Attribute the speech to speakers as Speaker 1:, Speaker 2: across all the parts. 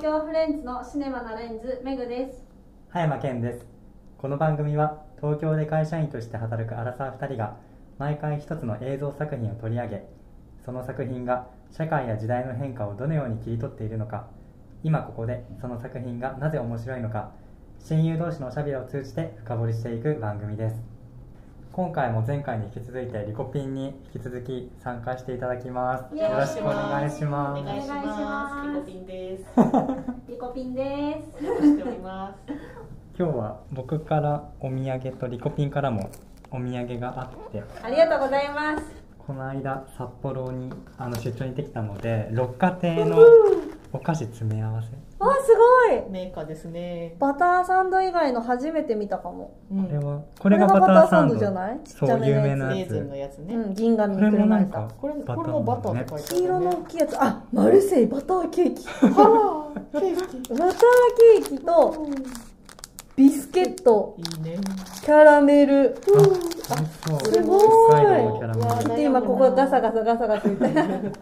Speaker 1: 京フレンズのシネマなレンズメグです
Speaker 2: 葉山健ですこの番組は東京で会社員として働くアラサー2人が毎回一つの映像作品を取り上げその作品が社会や時代の変化をどのように切り取っているのか今ここでその作品がなぜ面白いのか親友同士のおしゃべりを通じて深掘りしていく番組です今回も前回に引き続いてリコピンに引き続き参加していただきます
Speaker 1: イエー
Speaker 2: よ
Speaker 1: イ
Speaker 2: ろしくお願いしま
Speaker 1: お
Speaker 2: す
Speaker 1: 願いします
Speaker 3: リコピンです。
Speaker 1: リコピンです
Speaker 3: お待ちしております。
Speaker 2: 今日は僕からお土産とリコピンからもお土産があって
Speaker 1: ありがとうございます
Speaker 2: この間札幌にあの出張に行ってきたので六花亭のお菓子詰め合わせ
Speaker 1: わすごい
Speaker 3: メーカーですね。
Speaker 1: バターサンド以外の初めて見たかも
Speaker 3: う
Speaker 2: これ
Speaker 3: ん。
Speaker 2: はこれがバターサンド
Speaker 1: じゃないちっち
Speaker 2: そ
Speaker 1: ゃ
Speaker 2: う
Speaker 1: め
Speaker 2: 有
Speaker 1: の
Speaker 2: 名
Speaker 1: や
Speaker 2: な
Speaker 3: レ
Speaker 2: や
Speaker 3: ーズンの
Speaker 2: つ
Speaker 3: やつね。
Speaker 1: うん、銀紙
Speaker 2: こ
Speaker 1: に
Speaker 2: れ
Speaker 1: く
Speaker 2: も
Speaker 1: るま
Speaker 2: な
Speaker 1: れ
Speaker 2: ん
Speaker 1: た
Speaker 2: か
Speaker 3: これこれもバターって書いてある、ね。
Speaker 1: 黄色の大きいやつあマルセイバターケーキバ
Speaker 3: あらケーキ。
Speaker 1: ターケーキとビスケット
Speaker 3: いいね。
Speaker 1: キャラメル
Speaker 2: あ美味しそう
Speaker 1: すごい
Speaker 2: 北海道のキャラメ
Speaker 3: うわ
Speaker 1: で今ここガサガサガサガサみたいなへ
Speaker 2: ル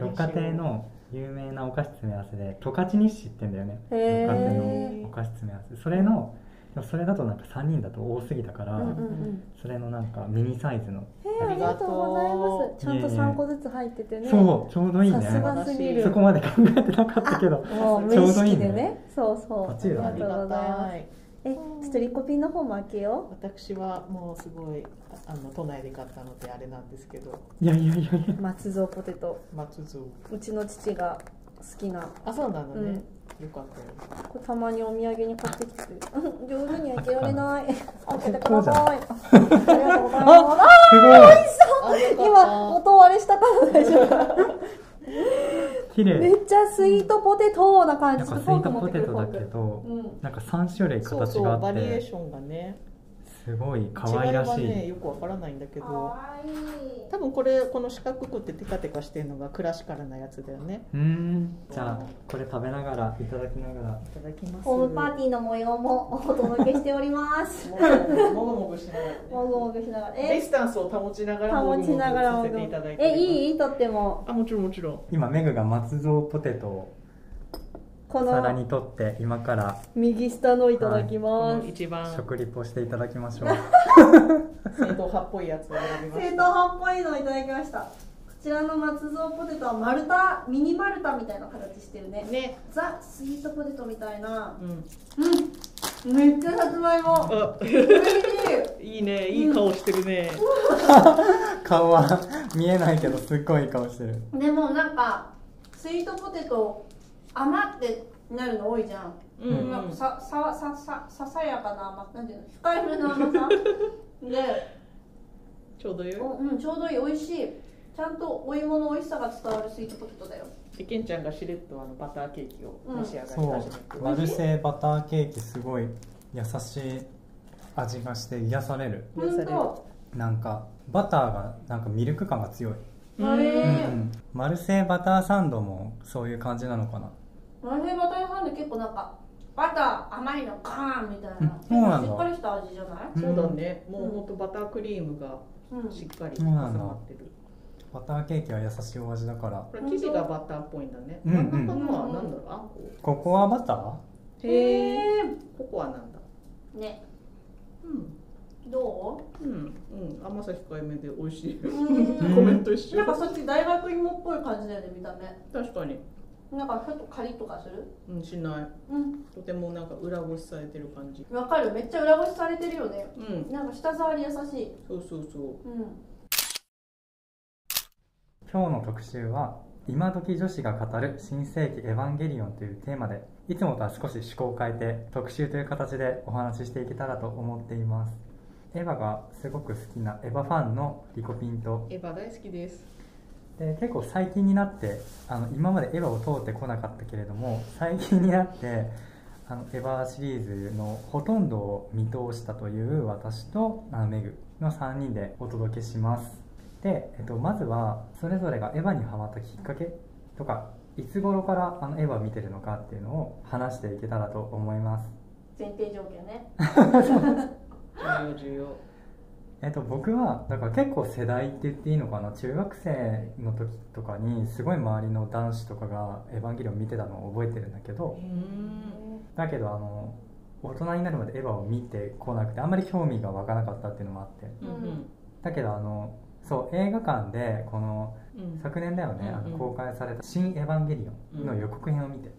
Speaker 2: 六花亭の有名なお菓子詰め合わせで十勝日誌って言うんだよね六花亭
Speaker 1: え
Speaker 2: のお菓子詰め合わせそれのでもそれだとなんか3人だと多すぎたか
Speaker 1: う
Speaker 2: ら、
Speaker 1: んうんうん
Speaker 2: それのなんかミニサイズの
Speaker 1: へえありがとうございますちゃんと3個ずつ入っててね
Speaker 2: そうちょうどいい
Speaker 1: さす
Speaker 2: ね
Speaker 1: がすぎる
Speaker 2: そこまで考えてなかったけど
Speaker 1: もう無
Speaker 2: ちょ
Speaker 1: 意
Speaker 2: うどい
Speaker 1: 識
Speaker 2: い
Speaker 1: で
Speaker 2: ね
Speaker 1: ねそうそう
Speaker 2: バッチリだね
Speaker 1: ありがとうございます
Speaker 3: い。
Speaker 1: えちょっとリコピンの方も開けよ
Speaker 3: 私はもうすごいあの都内で買ったのであれなんですけど、
Speaker 2: いやいやいやいや
Speaker 1: う松蔵ポテト
Speaker 3: 松蔵。
Speaker 1: うちの父が好きな
Speaker 3: あそうなのね。よかっ
Speaker 1: これたまにお土産に買ってきてるうん上手に開けられない開けてくだ
Speaker 2: こうじゃん
Speaker 1: さいあありがとうございますあ
Speaker 2: すごい
Speaker 3: たよ。
Speaker 1: 今
Speaker 3: あ
Speaker 1: 音割れしたから大丈夫
Speaker 2: 綺
Speaker 1: め
Speaker 2: 麗
Speaker 1: っちゃスイートポテトな感
Speaker 2: な
Speaker 1: じ
Speaker 2: んかスイートポテトだ
Speaker 1: フォーク持ってく
Speaker 2: け
Speaker 1: る
Speaker 2: ど
Speaker 1: フォーク
Speaker 2: なんか3種類
Speaker 3: よかったそ
Speaker 2: 形
Speaker 3: うそ
Speaker 2: が
Speaker 3: う
Speaker 2: あ
Speaker 3: バ
Speaker 2: っ
Speaker 3: リエー
Speaker 2: て
Speaker 3: ションがね。
Speaker 2: すごい可愛らし
Speaker 3: 違いはね
Speaker 2: い
Speaker 3: よくわからないんだけ
Speaker 1: うん
Speaker 3: ど。
Speaker 1: かわいい
Speaker 3: 多分これこの四角くてテカテカしてるのがクラシカルなやつだよね
Speaker 2: うーんじゃあこれ食べながらいただきながら
Speaker 3: いただきます
Speaker 1: ホームパーティーの模様もお届けしております。
Speaker 3: ィーもぐもぐしながらね
Speaker 1: もぐもぐしながら、
Speaker 3: ディ
Speaker 1: え、
Speaker 3: スタンスを保ちながら
Speaker 1: 保ちながら
Speaker 3: も
Speaker 1: も
Speaker 3: ぐ
Speaker 1: ぐ
Speaker 3: もぐさせていただい
Speaker 1: え、
Speaker 3: て
Speaker 1: い
Speaker 3: い
Speaker 1: いとっても、
Speaker 3: あもちろんもちろん
Speaker 2: 今メグが松蔵ポテトを
Speaker 1: こ
Speaker 2: 皿
Speaker 1: の
Speaker 2: に取って今から
Speaker 1: 右下のいただき
Speaker 3: こ
Speaker 1: ま
Speaker 3: の
Speaker 1: す。
Speaker 3: 一番
Speaker 2: 食リポしていただきましょう
Speaker 3: 正統派っぽいやつを選びま
Speaker 1: 正統
Speaker 3: した
Speaker 1: 派っぽいのをいただきました。こちらの松蔵ポテトは丸太、ミニ丸太みたいな形してるね。
Speaker 3: ね
Speaker 1: ザ・スイートポテトみたいな。
Speaker 3: う
Speaker 1: う
Speaker 3: ん
Speaker 1: ん。めっちゃさつまいも。
Speaker 3: あ
Speaker 1: 美味しい。
Speaker 3: いいねいい顔してるね
Speaker 2: 顔は 見えないけどすっごい顔してる
Speaker 1: でもなんか、スイートポテト、甘ってなるの多いじゃん。
Speaker 3: うんうん
Speaker 1: なんかささささささやかな甘さなんていうの控えめな甘さで
Speaker 3: ちょうどよ
Speaker 1: お、うん、ちょうどいい美味しいちゃんとお芋の美味しさが伝わるスイートポテトだよ
Speaker 3: でけんちゃんがしれっとあのバターケーキを召し上がり
Speaker 2: そ
Speaker 3: 始めて
Speaker 2: うマルセイバターケーキすごい優しい味がして癒される
Speaker 1: ほんと
Speaker 2: なんかバターがなんかミルク感が強い、
Speaker 3: 癒され
Speaker 1: へ
Speaker 3: る
Speaker 2: う
Speaker 1: え
Speaker 2: んう
Speaker 1: ー
Speaker 2: ん、マルセイバターサンドもそういう感じなのかな
Speaker 1: マルフェバターサンド結構なんかバター甘いのガーンみたいな
Speaker 2: うんそうなんだ
Speaker 1: しっかりした味じゃない
Speaker 2: うん
Speaker 3: そうだねもうほんとバタークリームが
Speaker 1: うん
Speaker 3: しっかり挟まってる
Speaker 2: バターケーキは優しいお味だから
Speaker 3: これ生地がバターっぽいんだね。
Speaker 2: うん
Speaker 3: 真ん
Speaker 2: うん
Speaker 3: 中のはなんだろう、あんこ。
Speaker 2: ココアバター
Speaker 1: へえ
Speaker 3: ココアなんだ。
Speaker 1: ね
Speaker 3: うん。
Speaker 1: ど
Speaker 3: うん。うん。甘さ控えめで美味しい。
Speaker 1: ううん
Speaker 3: コメント一
Speaker 1: なん
Speaker 3: 緒
Speaker 1: か。そっち大学芋っぽい感じだよね見た目
Speaker 3: 確かに。
Speaker 1: なんかちょっとカリッとかする
Speaker 3: うん、しない。
Speaker 1: うん
Speaker 3: とてもなんか裏ごしされてる感じ。
Speaker 1: わかるめっちゃ裏ごしされてるよね
Speaker 3: うん。
Speaker 1: なんか舌触り優しい
Speaker 3: そうそうそう。
Speaker 1: う
Speaker 2: 今日の特集は「今時女子が語る新世紀エヴァンゲリオン」というテーマでいつもとは少し趣向を変えて特集という形でお話ししていけたらと思っていますエヴァがすごく好きなエヴァファンのリコピンと
Speaker 3: エヴァ大好きです。
Speaker 2: で結構最近になってあの今までエヴァを通ってこなかったけれども最近になってあのエヴァシリーズのほとんどを見通したという私とあのメグの3人でお届けしますで、えっと、まずはそれぞれがエヴァにハマったきっかけとかいつ頃からあのエヴァを見てるのかっていうのを話していけたらと思います
Speaker 1: ん前提条件ね
Speaker 3: 重要重要。
Speaker 2: えっと、僕はだから結構世代って言っていいのかな中学生の時とかにすごい周りの男子とかが「エヴァンゲリオン」見てたのを覚えてるんだけど
Speaker 3: うん
Speaker 2: だけどあの大人になるまでエヴァを見てこなくてあんまり興味が湧かなかったっていうのもあって
Speaker 3: うんうん
Speaker 2: だけどあのそう映画館でこの
Speaker 3: うん
Speaker 2: 昨年だよね、あ
Speaker 3: うんう
Speaker 2: の
Speaker 3: ん
Speaker 2: 公開された「新エヴァンゲリオン」の予告編を見て、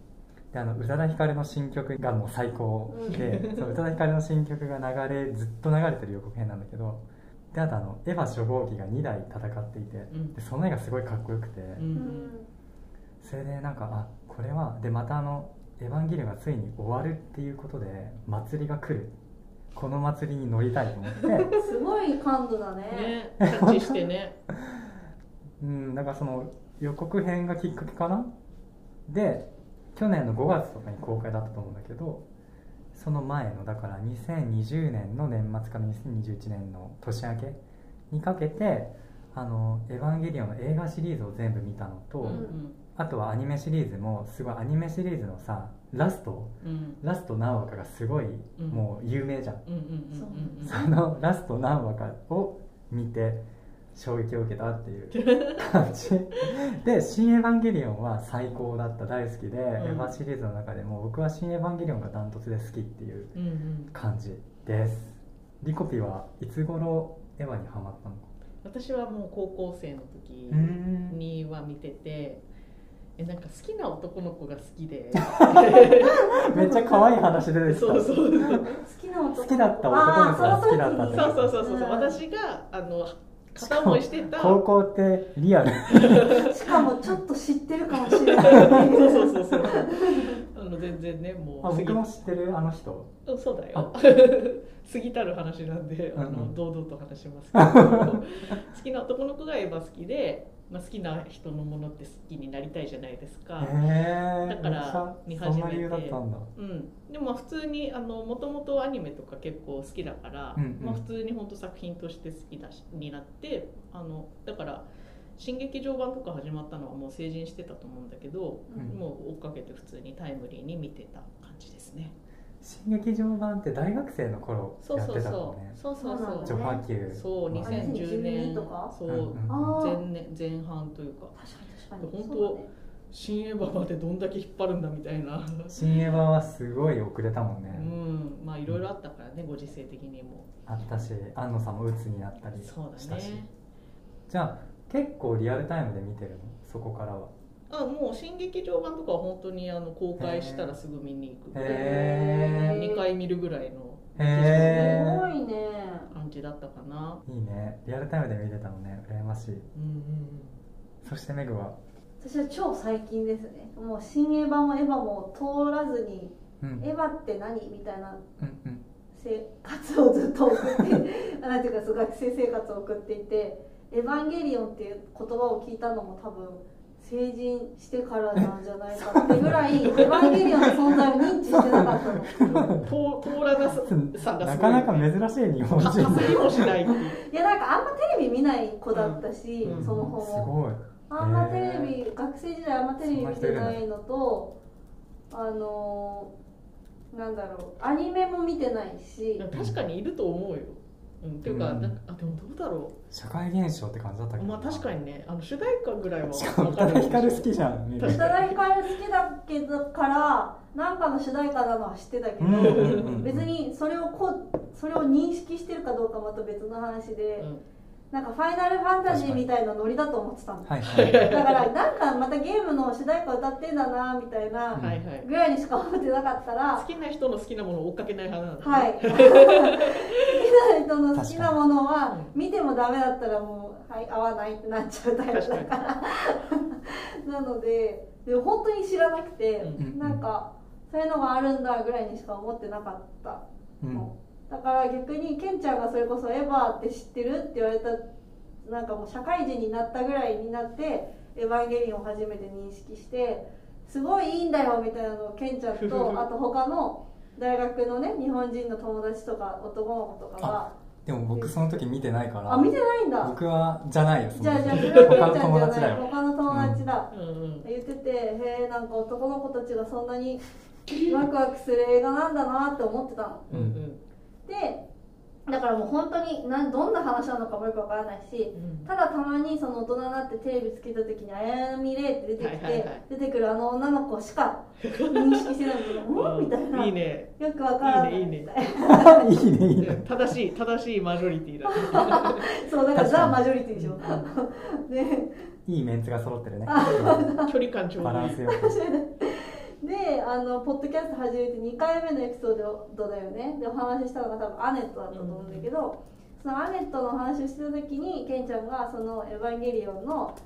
Speaker 2: であの宇多田ヒカルの新曲がもう最高で、その宇多田ヒカルの新曲が流れずっと流れてる予告編なんだけどであとあのエヴァ初号機が2台戦っていて
Speaker 3: うん
Speaker 2: でその絵がすごいかっこよくて、
Speaker 3: う
Speaker 1: うんん
Speaker 2: それでなんかあこれはでまたあの「エヴァンゲリオン」がついに終わるっていうことで祭りが来るこの祭りに乗りたいと思って。
Speaker 1: すごい感度だね。
Speaker 4: ね、キャッチして ね。
Speaker 2: うん、なんかその予告編がきっかけかなで去年の5月とかに公開だったと思うんだけどその前のだから2020年の年末から2021年の年明けにかけて「あのエヴァンゲリオン」の映画シリーズを全部見たのと、
Speaker 3: うん
Speaker 2: あとはアニメシリーズもすごいアニメシリーズのさラスト
Speaker 3: うん
Speaker 2: ラスト何話かがすごい
Speaker 3: うん
Speaker 2: もう有名じゃん、
Speaker 3: うんうんうん
Speaker 1: そう
Speaker 3: うん
Speaker 2: そのラスト何話かを見て衝撃を受けたって いう感じで「新エヴァンゲリオン」は最高だった大好きで、エヴァシリーズの中でも僕は「新エヴァンゲリオン」がダントツで好きっていう
Speaker 3: うんうん
Speaker 2: 感じですリコピはいつ頃エヴァにハマったのか
Speaker 3: 私はもう高校生の時
Speaker 2: ん
Speaker 3: には見ててえなんか好きな男の子が好きで
Speaker 2: めっちゃ可愛い話出てきた
Speaker 3: そうそうそう
Speaker 1: 好きな男
Speaker 2: 好きだった男の子が好きだった
Speaker 1: あー
Speaker 2: って
Speaker 1: そ
Speaker 3: そう
Speaker 1: の時に
Speaker 3: そうそうそう、私があの片思いしてた
Speaker 2: 高校ってリアル
Speaker 1: しかもちょっと知ってるかもしれ ないってい
Speaker 3: そう
Speaker 1: う。
Speaker 3: そうそうそうあの全然ねもう
Speaker 2: あ
Speaker 3: 過ぎ
Speaker 2: 僕も知ってるあの人
Speaker 3: うんそうだよ 過ぎたる話なんであ
Speaker 2: うんう
Speaker 3: の
Speaker 2: ん
Speaker 3: 堂々と話しますけど好きな男の子がエヴァ好きで、まあ、好きな人のものって好きになりたいじゃないですか、
Speaker 2: へえ
Speaker 3: だから見
Speaker 2: そ
Speaker 3: 始
Speaker 2: ん
Speaker 3: めて
Speaker 2: な理由だったんだ
Speaker 3: うん、でもまあ普通にもともとアニメとか結構好きだから、
Speaker 2: うんうん
Speaker 3: まあ、普通に本当作品として好きだしになってあのだから新劇場版とか始まったのはもう成人してたと思うんだけど、
Speaker 2: うん
Speaker 3: もう追っかけて普通にタイムリーに見てた感じですね。
Speaker 2: 新劇場版って大学生の頃
Speaker 3: そう
Speaker 2: やっ
Speaker 3: そう
Speaker 2: てた
Speaker 3: そ
Speaker 2: もん
Speaker 3: う、
Speaker 2: ね
Speaker 3: そうそう
Speaker 1: そうなん
Speaker 3: そ
Speaker 1: だ
Speaker 2: 序
Speaker 3: う。
Speaker 2: 波球
Speaker 3: そう、
Speaker 2: まあ
Speaker 3: 2010
Speaker 1: 2012
Speaker 3: 年
Speaker 1: とか
Speaker 3: そ
Speaker 2: うんう、
Speaker 3: うん
Speaker 1: あ
Speaker 3: 前
Speaker 1: ー
Speaker 3: 年前半というか、
Speaker 1: 確かに確かに。
Speaker 3: 本当
Speaker 1: そうだね
Speaker 3: 新エヴァまでどんだけ引っ張るんだみたいな。
Speaker 2: 新エヴァはすごい遅れたもんね
Speaker 3: う、ん、まあいろいろあったからね、ご時世的にも。
Speaker 2: あったし安野さんも鬱になったりし
Speaker 3: そう
Speaker 2: たし
Speaker 3: だね。
Speaker 2: じゃあ結構リアルタイムで見てるのそこからは
Speaker 3: あ、もう新劇場版とかは本当にあの公開したらすぐ見に行く。
Speaker 2: へ
Speaker 1: ー
Speaker 3: 二回見るぐらいの
Speaker 2: へ
Speaker 1: す
Speaker 2: ー
Speaker 1: ごいね。
Speaker 3: 感じだったかな。
Speaker 2: いいねリアルタイムで見てたのね羨ましい
Speaker 3: うんうん
Speaker 2: そしてメグは
Speaker 1: 私は超最近ですね。もう新エヴァもエヴァも通らずに、
Speaker 2: うん
Speaker 1: エヴァって何みたいな
Speaker 2: うんうん
Speaker 1: 生活をずっと送ってなんて いうかそう学生生活を送っていて「エヴァンゲリオン」っていう言葉を聞いたのも多分成人してからなんじゃないかってぐらい「エヴァンゲリオン」の存在を認知してなかったの
Speaker 3: うん。通通らなささが
Speaker 2: な
Speaker 3: す
Speaker 2: か
Speaker 3: ごい。
Speaker 2: なか珍しい日本
Speaker 3: か
Speaker 2: 人
Speaker 3: かすりもしないっていう。
Speaker 1: いやなんかあんまテレビ見ない子だったし、
Speaker 3: うん
Speaker 1: その
Speaker 2: うん
Speaker 1: 方
Speaker 2: す
Speaker 1: も、
Speaker 2: ごい
Speaker 1: あんまテレビ、学生時代あんまテレビ見てないのとあのーなんだろうアニメも見てないし
Speaker 3: いや確かにいると思うよ、うん、っていうか,、
Speaker 2: うん
Speaker 3: なんかあでもどうだろ
Speaker 2: 社会現象って感じだったけ
Speaker 3: う
Speaker 2: ど
Speaker 3: まあ確かにねあの主題歌ぐらいは
Speaker 2: しかも宇多田ヒカル好きじゃんメグ
Speaker 1: 宇多田ヒカル好きだけどからなんかの主題歌なのは知ってたけど、
Speaker 2: うんうんうんうん
Speaker 1: 別にそれをこうそれを認識してるかどうかまた別の話で、
Speaker 3: うん
Speaker 1: なんか「ファイナルファンタジー」みたいなノリだと思ってたのだ
Speaker 2: はいはい
Speaker 1: からなんかまたゲームの主題歌歌ってんだなみたいな
Speaker 3: はいはい
Speaker 1: ぐらいにしか思ってなかったら
Speaker 3: 好きな人の好きなものを追っかけない派なんだ、
Speaker 1: はい好きな人の好きなものは見てもダメだったらもう、はい、合わないってなっちゃうタイプだからなのででも本当に知らなくて、
Speaker 3: うん
Speaker 1: なんかそういうのがあるんだぐらいにしか思ってなかった
Speaker 2: うん
Speaker 1: の、だから逆にケンちゃんがそれこそ「エヴァって知ってる?」って言われたなんかもう社会人になったぐらいになって「エヴァンゲリオン」を初めて認識してすごいいいんだよみたいなのをケンちゃんとあと他の大学のね日本人の友達とか男の子とかが
Speaker 2: でも僕その時見てないから
Speaker 1: あ見てないんだ
Speaker 2: 僕はじゃないよその
Speaker 1: じゃあじ ゃあそれ
Speaker 2: 他
Speaker 1: はケ
Speaker 2: の
Speaker 1: ンちゃん
Speaker 2: 友
Speaker 1: じゃ
Speaker 2: 達だ
Speaker 1: ない
Speaker 2: よ
Speaker 1: 他の友達 だ、
Speaker 3: うんうん、
Speaker 1: 言っててへえんか男の子たちがそんなにワクワクする映画なんだなって思ってたの
Speaker 3: うんうん
Speaker 1: でだからもう本当になんどんな話なのかもよくわからないし
Speaker 4: うん
Speaker 1: ただたまにその大人になってテレビつけた時に「あやみれ」って出てきて、
Speaker 3: はいはいはい
Speaker 1: 出てくるあの女の子しか 認識してないけど「うん?」みたいな。
Speaker 3: いいね
Speaker 1: よくわからない
Speaker 3: いいねいいね
Speaker 1: みたいな
Speaker 2: いいねいいね
Speaker 3: 正しい正しいマジョリティだね
Speaker 1: そうだから
Speaker 2: 確か
Speaker 1: ザ・
Speaker 2: に
Speaker 1: マジョリティでしょ で
Speaker 2: いいメンツが揃ってるね
Speaker 3: 距離感ちょう
Speaker 2: バ
Speaker 3: ど
Speaker 2: ラ
Speaker 3: い
Speaker 2: ン
Speaker 3: い
Speaker 2: スよく
Speaker 1: であのポッドキャスト始めて2回目のエピソードだよねでお話ししたのが多分アネットだったと思うんだけど、そのアネットの話をしてた時にケンちゃんがその「エヴァンゲリオン」の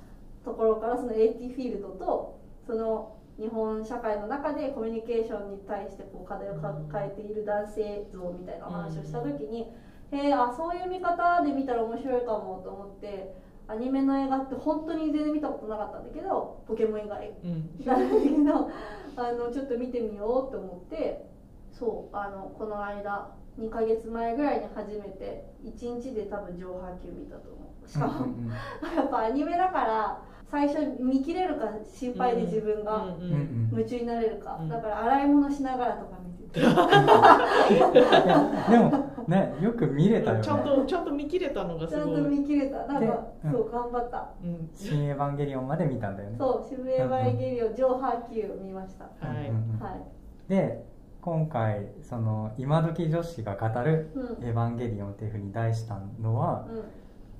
Speaker 1: ところからその AT フィールドとその日本社会の中でコミュニケーションに対してこう課題を抱えている男性像みたいなお話をした時に、へえあそういう見方で見たら面白いかもと思ってアニメの映画って本当に全然見たことなかったんだけどポケモン以外
Speaker 3: うん
Speaker 1: なんだけどあのちょっと見てみようと思ってそうあのこの間2ヶ月前ぐらいに初めて1日で多分上波球見たと思うしかも、
Speaker 2: うん
Speaker 1: やっぱアニメだから最初見切れるか心配で自分
Speaker 3: う
Speaker 1: が
Speaker 2: う
Speaker 3: んうん
Speaker 2: うん
Speaker 3: ん
Speaker 1: 夢中になれるか、
Speaker 3: うん
Speaker 1: だから洗い物しながらとか見てて、
Speaker 2: いやでもねよく見れたよね
Speaker 3: ちゃんとちゃんと見切れたのが
Speaker 1: ち
Speaker 3: す
Speaker 1: ゃん
Speaker 3: ご
Speaker 1: と
Speaker 3: い、
Speaker 1: 見切れたなんか、
Speaker 2: でうん
Speaker 1: そう頑張った
Speaker 3: うん、
Speaker 2: 新エヴァンゲリオンまで見たんだよね
Speaker 1: そう「渋谷バイゲリオン上波球」見ました、
Speaker 3: は
Speaker 2: うんうんうん
Speaker 1: はい、
Speaker 2: で今回その今時女子が語る
Speaker 1: うん
Speaker 2: 「エヴァンゲリオン」っていうふうに題したのは
Speaker 1: うん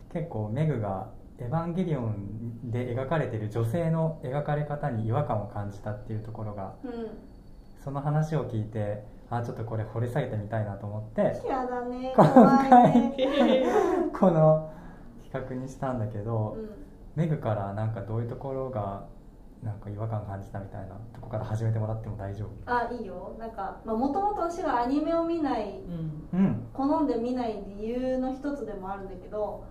Speaker 2: 結構メグが「エヴァンゲリオン」で描かれてる女性の描かれ方に違和感を感じたっていうところが
Speaker 1: うん
Speaker 2: その話を聞いてあちょっとこれ掘り下げてみたいなと思 って
Speaker 1: 嫌だね
Speaker 2: 今回
Speaker 1: 怖いね
Speaker 3: いへ
Speaker 2: この企画にしたんだけど
Speaker 1: うん
Speaker 2: メグからなんかどういうところがなんか違和感感じたみたいなとこから始めてもらっても大丈夫
Speaker 1: あいいよなんかもともと私がアニメを見ない
Speaker 3: ーうん
Speaker 2: うん
Speaker 1: 好んで見ない理由の一つでもあるんだけど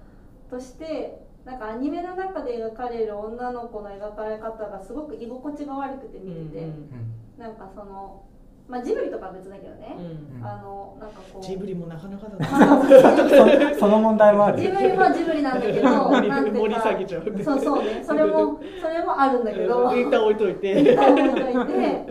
Speaker 1: としてなんかアニメの中で描かれる女の子の描かれ方がすごく居心地が悪くて
Speaker 3: うんう
Speaker 1: 見てて、
Speaker 3: ん
Speaker 2: うん
Speaker 1: なんかその、まあ、ジブリとかは別だけどね
Speaker 3: う、ん
Speaker 1: あのなんかこう
Speaker 3: ジブリもなかなかだな
Speaker 2: そ その問題もあ る
Speaker 1: ジブリはジブリなんだけどなんてい
Speaker 3: 盛
Speaker 1: う
Speaker 3: り
Speaker 1: か
Speaker 3: 下げちゃうって
Speaker 1: そうそうねそれもそれもあるんだけ ど
Speaker 3: うん一旦置いとい
Speaker 1: い
Speaker 3: て
Speaker 1: た思いがいて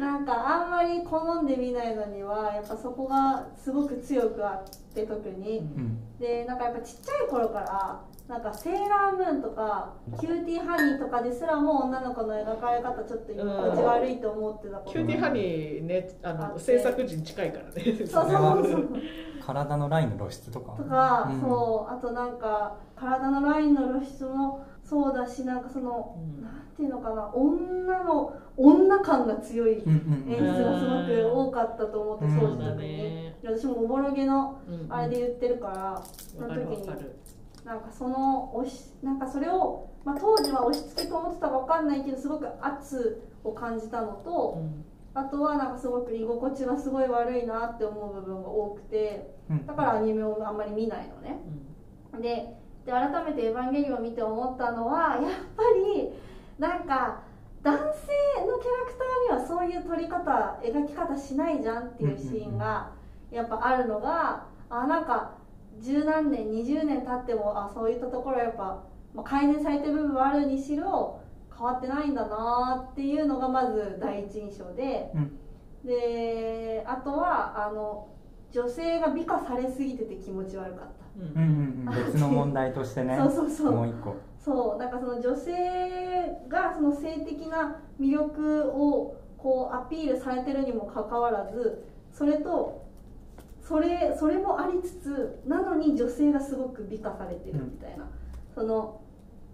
Speaker 1: なんかあんまり好んで見ないのにはやっぱそこがすごく強くあって特
Speaker 3: う
Speaker 1: に
Speaker 3: ん
Speaker 2: うん
Speaker 1: でなんかやっぱちっちゃい頃からなんかセーラームーンとかキューティーハニーとかですらも女の子の描かれ方ちょっと居心地悪いと思ってたこ
Speaker 3: キ
Speaker 1: と
Speaker 3: ュー
Speaker 1: が
Speaker 3: ティーハニーねあ
Speaker 1: あって
Speaker 3: の制作陣近いからね
Speaker 1: そうそうそうそう
Speaker 2: 体のラインの露出とか
Speaker 1: とか、
Speaker 2: うん
Speaker 1: そうあとなんか体のラインの露出もそうだしなんかその
Speaker 3: うん
Speaker 1: なんていうのかな女の女感が強い
Speaker 2: うんうん
Speaker 1: 演
Speaker 2: うん
Speaker 1: 出がすごく多かったと思って、
Speaker 2: うん
Speaker 1: 当
Speaker 2: う
Speaker 1: 時
Speaker 2: ん
Speaker 1: 特
Speaker 2: そうだ
Speaker 1: に
Speaker 3: ね。
Speaker 1: 私もおぼろげの
Speaker 3: うんうん
Speaker 1: あれで言ってるから、
Speaker 3: わかるわかる
Speaker 1: なんかその押しなんかそれを、まあ、当時は押し付けと思ってたかわかんないけどすごく圧を感じたのと、
Speaker 3: うん
Speaker 1: あとはなんかすごく居心地がすごい悪いなって思う部分が多くて
Speaker 2: うん
Speaker 1: だからアニメをあんまり見ないのね。でで改めて「エヴァンゲリオン」を見て思ったのはやっぱりなんか男性のキャラクターにはそういう撮り方描き方しないじゃんっていうシーンがやっぱあるのがあなんか十何年20年経ってもあそういったところはやっぱ、まあ、改善されてる部分はあるにしろ変わってないんだなっていうのがまず第一印象で、
Speaker 2: うん
Speaker 1: であとはあの女性が美化されすぎてて気持ち悪かった。
Speaker 3: う
Speaker 2: うんんうんうん別の問題としてね
Speaker 1: そうそうそう
Speaker 2: もう一個
Speaker 1: そうなんかその女性がその性的な魅力をこうアピールされてるにもかかわらずそれとそれそれもありつつなのに女性がすごく美化されてるみたいな、その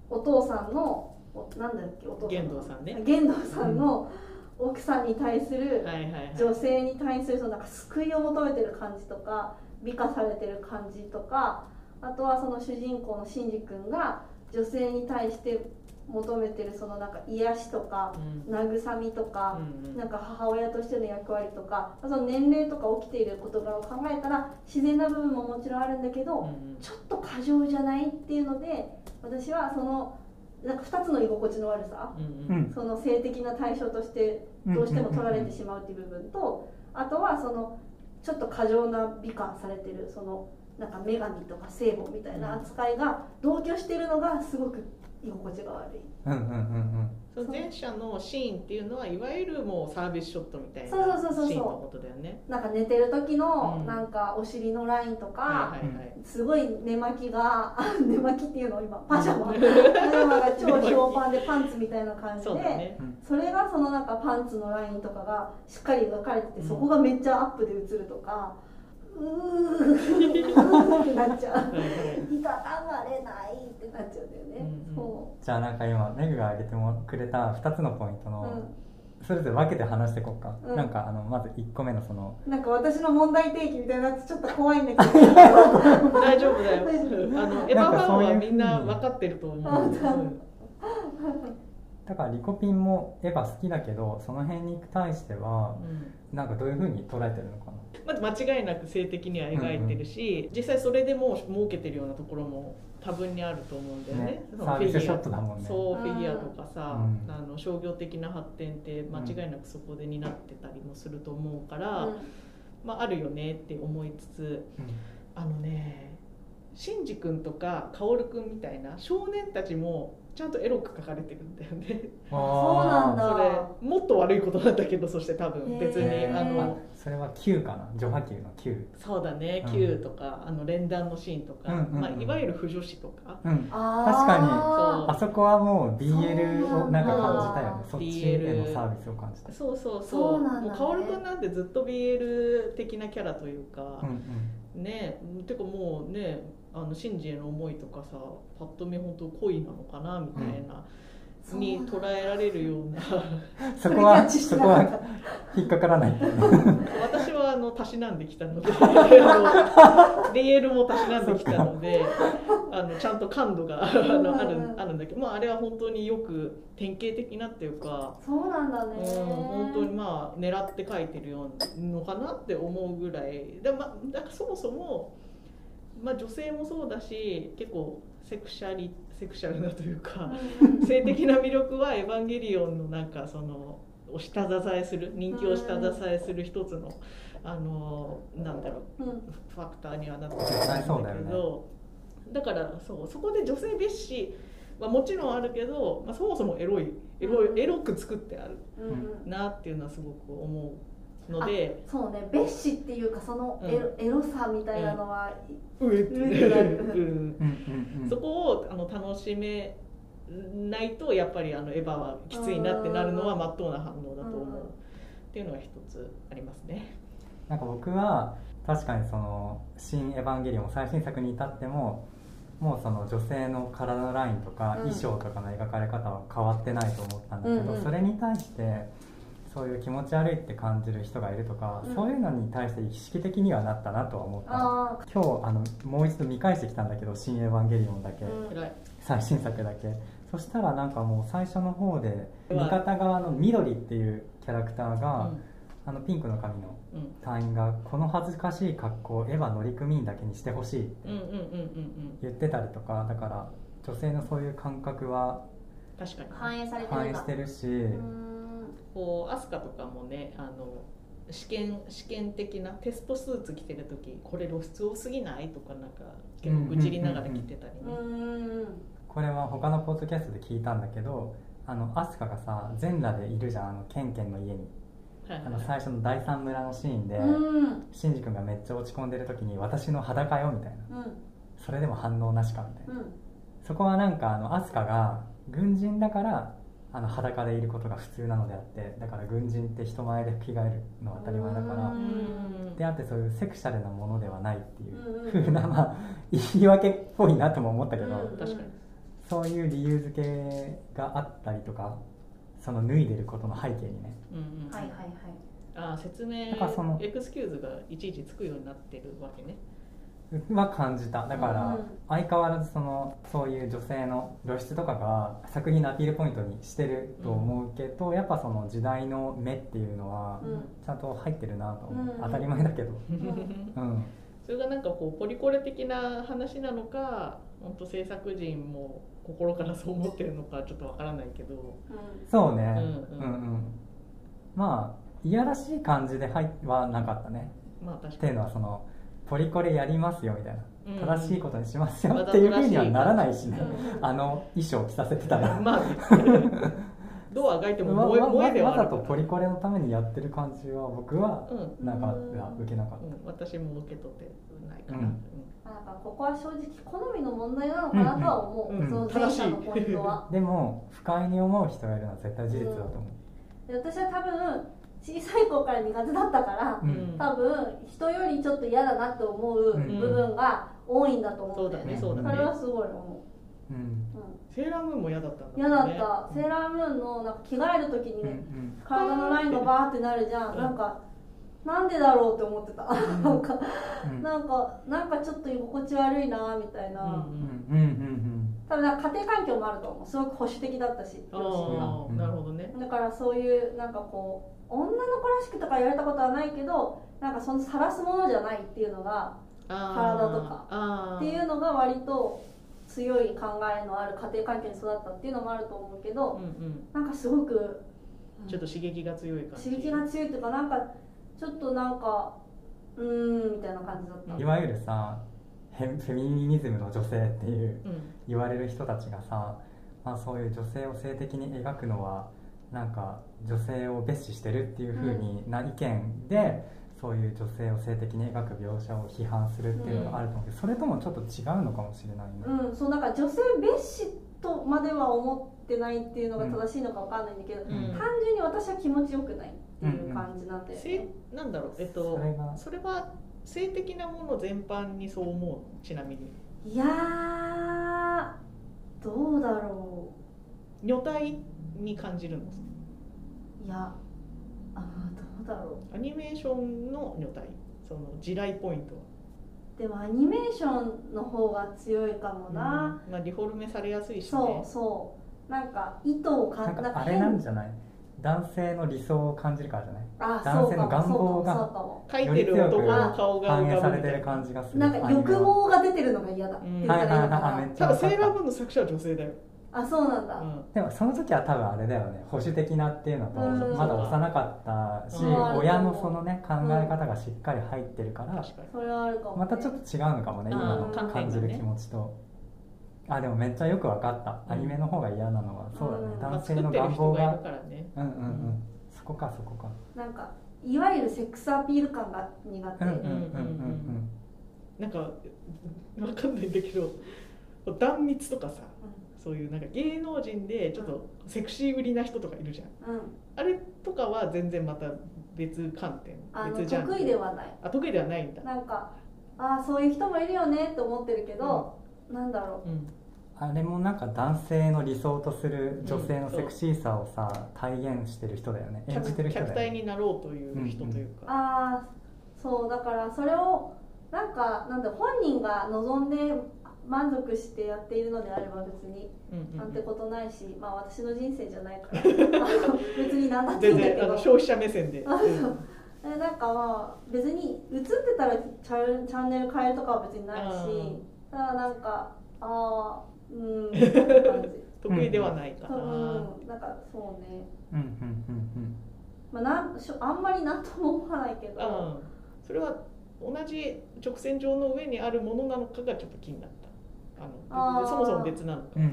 Speaker 1: お父さんのおなんだっけお父さん
Speaker 3: 玄道さんね
Speaker 1: 玄道さんの奥さんに対する、
Speaker 3: はいはいはい
Speaker 1: 女性に対するそのなんか救いを求めてる感じとか美化されてる感じとかあとはその主人公のシンジ君が女性に対して求めてるそのなんか癒しとか
Speaker 3: うん
Speaker 1: 慰みと
Speaker 3: う
Speaker 1: か、
Speaker 3: んうん
Speaker 1: なんか母親としての役割とかその年齢とか起きている事柄を考えたら自然な部分ももちろんあるんだけど、
Speaker 3: うん
Speaker 1: ちょっと過剰じゃないっていうので私はそのなんか2つの居心地の悪さ、
Speaker 3: うん
Speaker 2: うん
Speaker 1: その性的な対象としてどうしても取られてしまうっていう部分とあとはそのちょっと過剰な美化されてるそのなんか女神とか聖母みたいな扱いが同居してるのがすごく居心地が悪い
Speaker 2: うんうんうん
Speaker 3: その前者のシーンっていうのはいわゆるもうサービスショットみたいなシ
Speaker 1: そうそうそうそうそう
Speaker 3: ーンのことだよね
Speaker 1: なんか寝てる時の
Speaker 3: うん
Speaker 1: なんかお尻のラインと
Speaker 3: は
Speaker 1: か、
Speaker 3: いはいはい
Speaker 1: すごい寝巻きが 寝巻きっていうの今パジャマパジャマが 超小パンでパンツみたいな感じで
Speaker 3: そうだね
Speaker 1: それがそのなんかパンツのラインとかがしっかり描かれてて、そこがめっちゃアップで映るとかうーうーってなっちゃう
Speaker 3: はいはい
Speaker 1: 痛がれないってなっちゃうんだよね、
Speaker 3: うんうん
Speaker 1: そ
Speaker 2: じゃあなんか今メグが挙げてもくれた2つのポイント
Speaker 1: う、
Speaker 2: の
Speaker 1: う
Speaker 2: それぞれ分けて話していこうか、
Speaker 1: うん
Speaker 2: なんかあのまず1個目のその
Speaker 1: ん、なんか私の問題提起みたいになってちょっと怖いんだ けど
Speaker 3: 大丈夫だよ。あ
Speaker 1: 大丈夫
Speaker 3: のエヴァファンはみん
Speaker 2: な
Speaker 3: なん
Speaker 2: かそういうふうに
Speaker 3: 分かってると思う。うん
Speaker 2: だからリコピンもエヴァ好きだけどその辺に対してはなんかどういうふうに捉えてるのかな
Speaker 3: まず間違いなく性的には描いてるし、実際それでもう儲けてるようなところも多分にあると思うんだよね。
Speaker 2: ね
Speaker 3: そ
Speaker 2: サー
Speaker 3: のフィ
Speaker 2: ビス
Speaker 3: ギ
Speaker 2: ショ
Speaker 3: ュ
Speaker 2: ットだもん
Speaker 3: ア、
Speaker 2: ね
Speaker 3: そうフィギュアとかさ、
Speaker 2: うん
Speaker 3: あの商業的な発展って間違いなくそこで担ってたりもすると思うから、まああるよねって思いつつ、
Speaker 2: うん
Speaker 3: あのね、シンジ君とかカオル君みたいな少年たちもちゃんとエロく描かれてるんだよね。
Speaker 1: そうなんだ
Speaker 3: それもっと悪いことなんだけどそして多分別に
Speaker 1: へー
Speaker 3: あ
Speaker 2: あ
Speaker 3: の
Speaker 2: それは9かな除波球の9
Speaker 3: そうだね
Speaker 2: うん
Speaker 3: Q とか、あの連弾のシーンとか、
Speaker 2: うんうんうん
Speaker 3: まあ、いわゆる腐女子とか
Speaker 2: うん
Speaker 1: 確
Speaker 2: 確かに
Speaker 3: そう
Speaker 2: あそこはもう
Speaker 1: そう
Speaker 2: BL
Speaker 1: な
Speaker 2: を
Speaker 1: んだ
Speaker 2: なんか感じたよねそっちへの
Speaker 3: BL
Speaker 2: サービスを感じた
Speaker 3: そうそう
Speaker 1: そ
Speaker 3: そうう
Speaker 1: なんだね
Speaker 3: もう薫君なんてずっと BL 的なキャラというか
Speaker 2: うん、うん
Speaker 3: ねてかもうねあのシンジへの思いとかさパッと見本当恋なのかなみたいな、
Speaker 1: うん
Speaker 3: に捉えられるような
Speaker 2: そ
Speaker 1: それ
Speaker 2: こは
Speaker 1: キャッチし
Speaker 2: そ
Speaker 1: な
Speaker 2: こ
Speaker 1: かった
Speaker 2: は引っかからないっていうね
Speaker 3: 私はあのたしなんできたのであの DL もたしなんできたのであのちゃんと感度があのあるあるんだけど、まあ、あれは本当によく典型的なっていうか、
Speaker 1: そうなんだ
Speaker 3: う
Speaker 1: ね
Speaker 3: ん、本当にまあ狙って書いてるようなのかなって思うぐらいで、まあ、だからそもそも、まあ、女性もそうだし結構セクシャリセクシャルなというか。性的な魅力は「エヴァンゲリオン」のなんかそのを下支えする人気を下支えする一つのあのなんだろう
Speaker 1: うんうん
Speaker 3: ファクターにはなって
Speaker 2: はいそうだ
Speaker 3: だ
Speaker 2: よ
Speaker 3: け
Speaker 2: ね
Speaker 3: どだからそうそこで女性蔑視はもちろんあるけど、まあ、そもそもエロいエロ
Speaker 1: うん
Speaker 3: いエロく作ってある
Speaker 1: うんうん
Speaker 3: なっていうのはすごく思うので
Speaker 1: そうね蔑視っていうかそのエロ,、エロさみたいなのは、
Speaker 3: うえっ
Speaker 1: うえってなる
Speaker 3: うん
Speaker 2: うんうんうん
Speaker 3: そこをあの楽しめないとやっぱりあのエヴァはきついなってなるのはまっとうな反応だと思う
Speaker 1: うん
Speaker 3: っていうのが一つありますね。
Speaker 2: なんか僕は確かにその「新エヴァンゲリオン」最新作に至ってももうその女性の体のラインとか
Speaker 1: うん
Speaker 2: 衣装とかの描かれ方は変わってないと思ったんだけど、
Speaker 1: うんうん
Speaker 2: それに対してそういう気持ち悪いって感じる人がいるとか、
Speaker 1: うん
Speaker 2: そういうのに対して意識的にはなったなとは思った
Speaker 1: あ
Speaker 2: 今日あのもう一度見返してきたんだけど「新エヴァンゲリオン」だけ、
Speaker 1: あ、うん
Speaker 3: 偉い
Speaker 2: 最新作だけそしたらなんかもう最初の方で味方側の緑っていうキャラクター
Speaker 3: う
Speaker 2: が、
Speaker 3: ん
Speaker 2: あのピンクの髪の
Speaker 3: うん
Speaker 2: 隊員がこの恥ずかしい格好をエヴァ乗組員だけにしてほしいって
Speaker 3: うんうんうんうん
Speaker 2: 言ってたりとかだから女性のそういう感覚は
Speaker 3: 確かに、
Speaker 1: 反映されてる
Speaker 2: 反
Speaker 1: ん
Speaker 2: 映
Speaker 1: だ
Speaker 2: してるし、
Speaker 1: うーん
Speaker 3: こうアスカとかもねあの試験試験的なテストスーツ着てる時これ露出多すぎないとかなんか結構愚痴りながら着てたりね、
Speaker 1: うーん
Speaker 2: これは他のポッドキャストで聞いたんだけどあのアスカがさ全裸でいるじゃんあのケンケンの家に
Speaker 3: はい
Speaker 2: あ
Speaker 3: はい
Speaker 2: の
Speaker 3: はい
Speaker 2: 最初の第三村のシーンで、
Speaker 1: うん
Speaker 2: シンジ君がめっちゃ落ち込んでる時に「私の裸よ」みたいな
Speaker 1: うん
Speaker 2: それでも反応なしかみたいな
Speaker 1: うん
Speaker 2: そこはなんかあのアスカが軍人だからあの裸でいることが普通なのであってだから軍人って人前で着替えるのは当たり前だか
Speaker 1: う
Speaker 2: ら
Speaker 1: ん
Speaker 2: であってそういうセクシャルなものではないっていう
Speaker 1: うんうん
Speaker 2: ふうな、まあ、 言い訳っぽいなとも思ったけど、
Speaker 1: うん
Speaker 3: 確かに
Speaker 2: そういう理由付けがあったりとかその脱いでることの背景にね
Speaker 3: うんうんうん
Speaker 1: はいはいはい
Speaker 3: あー説明
Speaker 2: だからその
Speaker 3: エクスキューズがいちいちつくようになってるわけね
Speaker 2: は感じただか
Speaker 1: うんう
Speaker 2: ら
Speaker 1: ん
Speaker 2: 相変わらずそのそういう女性の露出とかが作品のアピールポイントにしてると思うけど、やっぱその時代の目っていうのは
Speaker 1: うん
Speaker 2: ちゃんと入ってるなと思う、
Speaker 1: うん
Speaker 2: 当たり前だけど、
Speaker 1: ん
Speaker 2: うん、
Speaker 3: それがなんかこうポリコレ的な話なのか本当制作陣も心からそう思ってるのかちょっとわからないけど
Speaker 1: う
Speaker 2: そうね、
Speaker 3: う
Speaker 2: う
Speaker 3: んうん
Speaker 2: んうんまあいやらしい感じで入はなかったね
Speaker 3: まあ確
Speaker 2: って
Speaker 3: か
Speaker 2: いう
Speaker 3: に
Speaker 2: のはそのポリコレやりますよみたいな
Speaker 3: うん
Speaker 2: 正しいことにしますよ
Speaker 3: うん
Speaker 2: っていうふうにはならないしね、
Speaker 3: うん
Speaker 2: あの衣装着させてたら、
Speaker 3: まあ ねドアが開いても
Speaker 2: わ
Speaker 3: 燃え
Speaker 2: わ
Speaker 3: 燃えでは
Speaker 2: わ
Speaker 3: あ
Speaker 2: ざ
Speaker 3: るか
Speaker 2: と
Speaker 3: ら
Speaker 2: ポリコレのためにやってる感じは僕は
Speaker 3: うん、
Speaker 2: なんか
Speaker 1: うん
Speaker 2: いや受けなかっ
Speaker 3: うん、私も受け取ってないから、
Speaker 2: うん
Speaker 1: まあだからここは正直好みの問題なのかなとは思う、
Speaker 3: うんうん
Speaker 1: その前者のポイントは
Speaker 2: たでも不快に思う人がいるのは絶対事実だと思
Speaker 1: で私は多分小さい頃から苦手だったから
Speaker 2: う、う
Speaker 3: うんん
Speaker 1: 多分人よりちょっと嫌だなって思う部分が多いんだと思うんだよね、
Speaker 2: うんそうだねそうだね
Speaker 1: れはすごい思
Speaker 2: うん
Speaker 1: う、うん
Speaker 3: セーラームーンも嫌だったんだ
Speaker 1: 嫌
Speaker 3: もん
Speaker 1: だっ
Speaker 3: ね
Speaker 1: た、セーラームーンのなんか着替える時に
Speaker 2: うんう
Speaker 1: ね、
Speaker 2: ん
Speaker 1: 体のラインがバーってなるじゃん、
Speaker 3: うん
Speaker 1: なんかなんでだろうって思ってた、
Speaker 3: ん
Speaker 1: なんか
Speaker 2: う ん
Speaker 1: なんかなんかちょっと居心地悪いなみたいな、
Speaker 3: う
Speaker 2: うんう
Speaker 3: ん
Speaker 2: んうん
Speaker 1: 多分なんか家庭環境もあると思うすごく保守的だったし
Speaker 3: あ
Speaker 1: 両親が
Speaker 3: あ、なるほどね。
Speaker 1: だからそういうなんかこう女の子らしくとか言われたことはないけどなんかその晒すものじゃないっていうのが、
Speaker 3: あー
Speaker 1: 体とか
Speaker 3: あ
Speaker 1: っていう
Speaker 3: う、
Speaker 1: のが割と強い考えのある家庭環境に育ったっていうのもあると思うけ
Speaker 3: う
Speaker 1: ど、
Speaker 3: んうん、
Speaker 1: なんかすごく
Speaker 3: ちょっと刺激が強い感じ。
Speaker 1: 刺激が強いというかなんかちょっとなんかうーんみたいな感じだった、
Speaker 2: うんいわゆるさヘフェミニズムの女性っていう
Speaker 3: うん、
Speaker 2: 言われる人たちがさ、まあ、そういう女性を性的に描くのはなんか女性を蔑視してるっていう風にな意見で、そういう女性を性的に描く描写を批判するっていうのがあると思うけど、それともちょっと違うのかもしれないね。
Speaker 1: うん、そうなんか女性蔑視とまでは思ってないっていうのが正しいのかわかんないんだけど、
Speaker 3: うん
Speaker 1: 単純に私は気持ちよくないっていう感じなんで、
Speaker 3: せなんだろう、えっ
Speaker 2: そ
Speaker 3: と、
Speaker 2: れが
Speaker 3: それは性的なもの全般にそう思うの。ちなみに、
Speaker 1: いやーどうだろ
Speaker 3: 女体に感じるの。
Speaker 1: ういやあーどうだろ
Speaker 3: アニメーションの女体、その地雷ポイントは。
Speaker 1: うでもアニメーションの方が強いかもな、
Speaker 3: まあ、リフォルメされやすいしね。
Speaker 1: そうそうなんか糸をか
Speaker 2: なん
Speaker 1: なん
Speaker 2: か
Speaker 1: か
Speaker 2: あ
Speaker 1: 変
Speaker 2: れなんじゃない男性の理想を感じるからじゃない
Speaker 1: あ
Speaker 2: 男性の願望が
Speaker 1: そうかも
Speaker 3: 書いてる男の顔が
Speaker 2: 反映
Speaker 3: 浮
Speaker 2: さ
Speaker 3: か
Speaker 2: れ
Speaker 3: ぶみ
Speaker 2: て
Speaker 3: たい
Speaker 2: る
Speaker 3: な。
Speaker 2: 感じがす
Speaker 1: そうかも
Speaker 2: る
Speaker 1: なんか欲望が出てるのが嫌だって言ったらいいのかな、
Speaker 2: うんはいはいはいはい
Speaker 3: ただセーラームーンの作者は女性だよ。
Speaker 1: あそうなんだ、
Speaker 3: うん
Speaker 2: でもその時は多分あれだよね保守的なっていうのと
Speaker 1: うん
Speaker 2: まだ幼かったし
Speaker 3: うん
Speaker 2: 親のそのね考え方がしっかり入ってるから
Speaker 3: 確かに。
Speaker 1: それはあるかも、ね、
Speaker 2: またちょっと違うのかもね
Speaker 3: うん
Speaker 2: 今の
Speaker 1: 観
Speaker 2: 感
Speaker 3: 点
Speaker 2: じ
Speaker 3: がね
Speaker 2: る気持ちとあでもめっちゃよく分かったアニメの方が嫌なのはそうだ
Speaker 1: う
Speaker 2: ね
Speaker 1: ん
Speaker 3: ま
Speaker 2: 男
Speaker 3: あ
Speaker 2: 性
Speaker 3: 作っ
Speaker 2: の
Speaker 3: てる
Speaker 2: 願
Speaker 3: 人
Speaker 2: 望
Speaker 3: がいる
Speaker 2: が
Speaker 3: からね。
Speaker 2: うんうんう
Speaker 3: うん
Speaker 2: そこかそこか
Speaker 1: なんかいわゆるセックスアピール感が苦手、
Speaker 2: うんうん
Speaker 1: う
Speaker 2: うんうんうん
Speaker 3: なんかわかんないんだけど 断蜜とかさそういうなんか芸能人でちょっとセクシー売りな人とかいるじゃん
Speaker 1: ん
Speaker 3: あれとかは全然また別観点
Speaker 1: あの
Speaker 3: 別ジャンル
Speaker 1: 得意ではない
Speaker 3: あ得意ではないんだ
Speaker 1: なんかああそういう人もいるよねって思ってるけど、なんだろ
Speaker 3: うん
Speaker 2: あれもなんか男性の理想とする女性のセクシーさをさ体現してる人だよね演じてる
Speaker 3: 客
Speaker 2: 人だ
Speaker 3: 客体
Speaker 2: よね
Speaker 3: になろうという人という
Speaker 1: う
Speaker 3: か、
Speaker 1: ああそうだからそれをなんかなんだろう本人が望んで満足してやっているのであれば別に
Speaker 3: うんうん
Speaker 1: なんて
Speaker 3: う
Speaker 1: ことないし、まあ私の人生じゃない からあの別に何だ
Speaker 3: ん
Speaker 1: っていい
Speaker 3: 全
Speaker 1: んだけ
Speaker 3: 然あの
Speaker 1: ど
Speaker 3: 消費者目線で、
Speaker 1: あ
Speaker 3: うん
Speaker 1: えなんかまあ別に映ってたらチャチャンネル変えるとかは別にないし
Speaker 3: うん
Speaker 1: ただなんかああうんみたいな 感じ
Speaker 3: 得意ではないか
Speaker 1: う
Speaker 3: な、
Speaker 1: んなんかそうね、
Speaker 2: うんうんうん
Speaker 1: まあ、なんしょあんまりなんとも思わないけど、
Speaker 3: うんそれは同じ直線上の上にあるものなのかがちょっと気になったあの
Speaker 1: あー
Speaker 3: そもそも別なのか
Speaker 2: うんうんう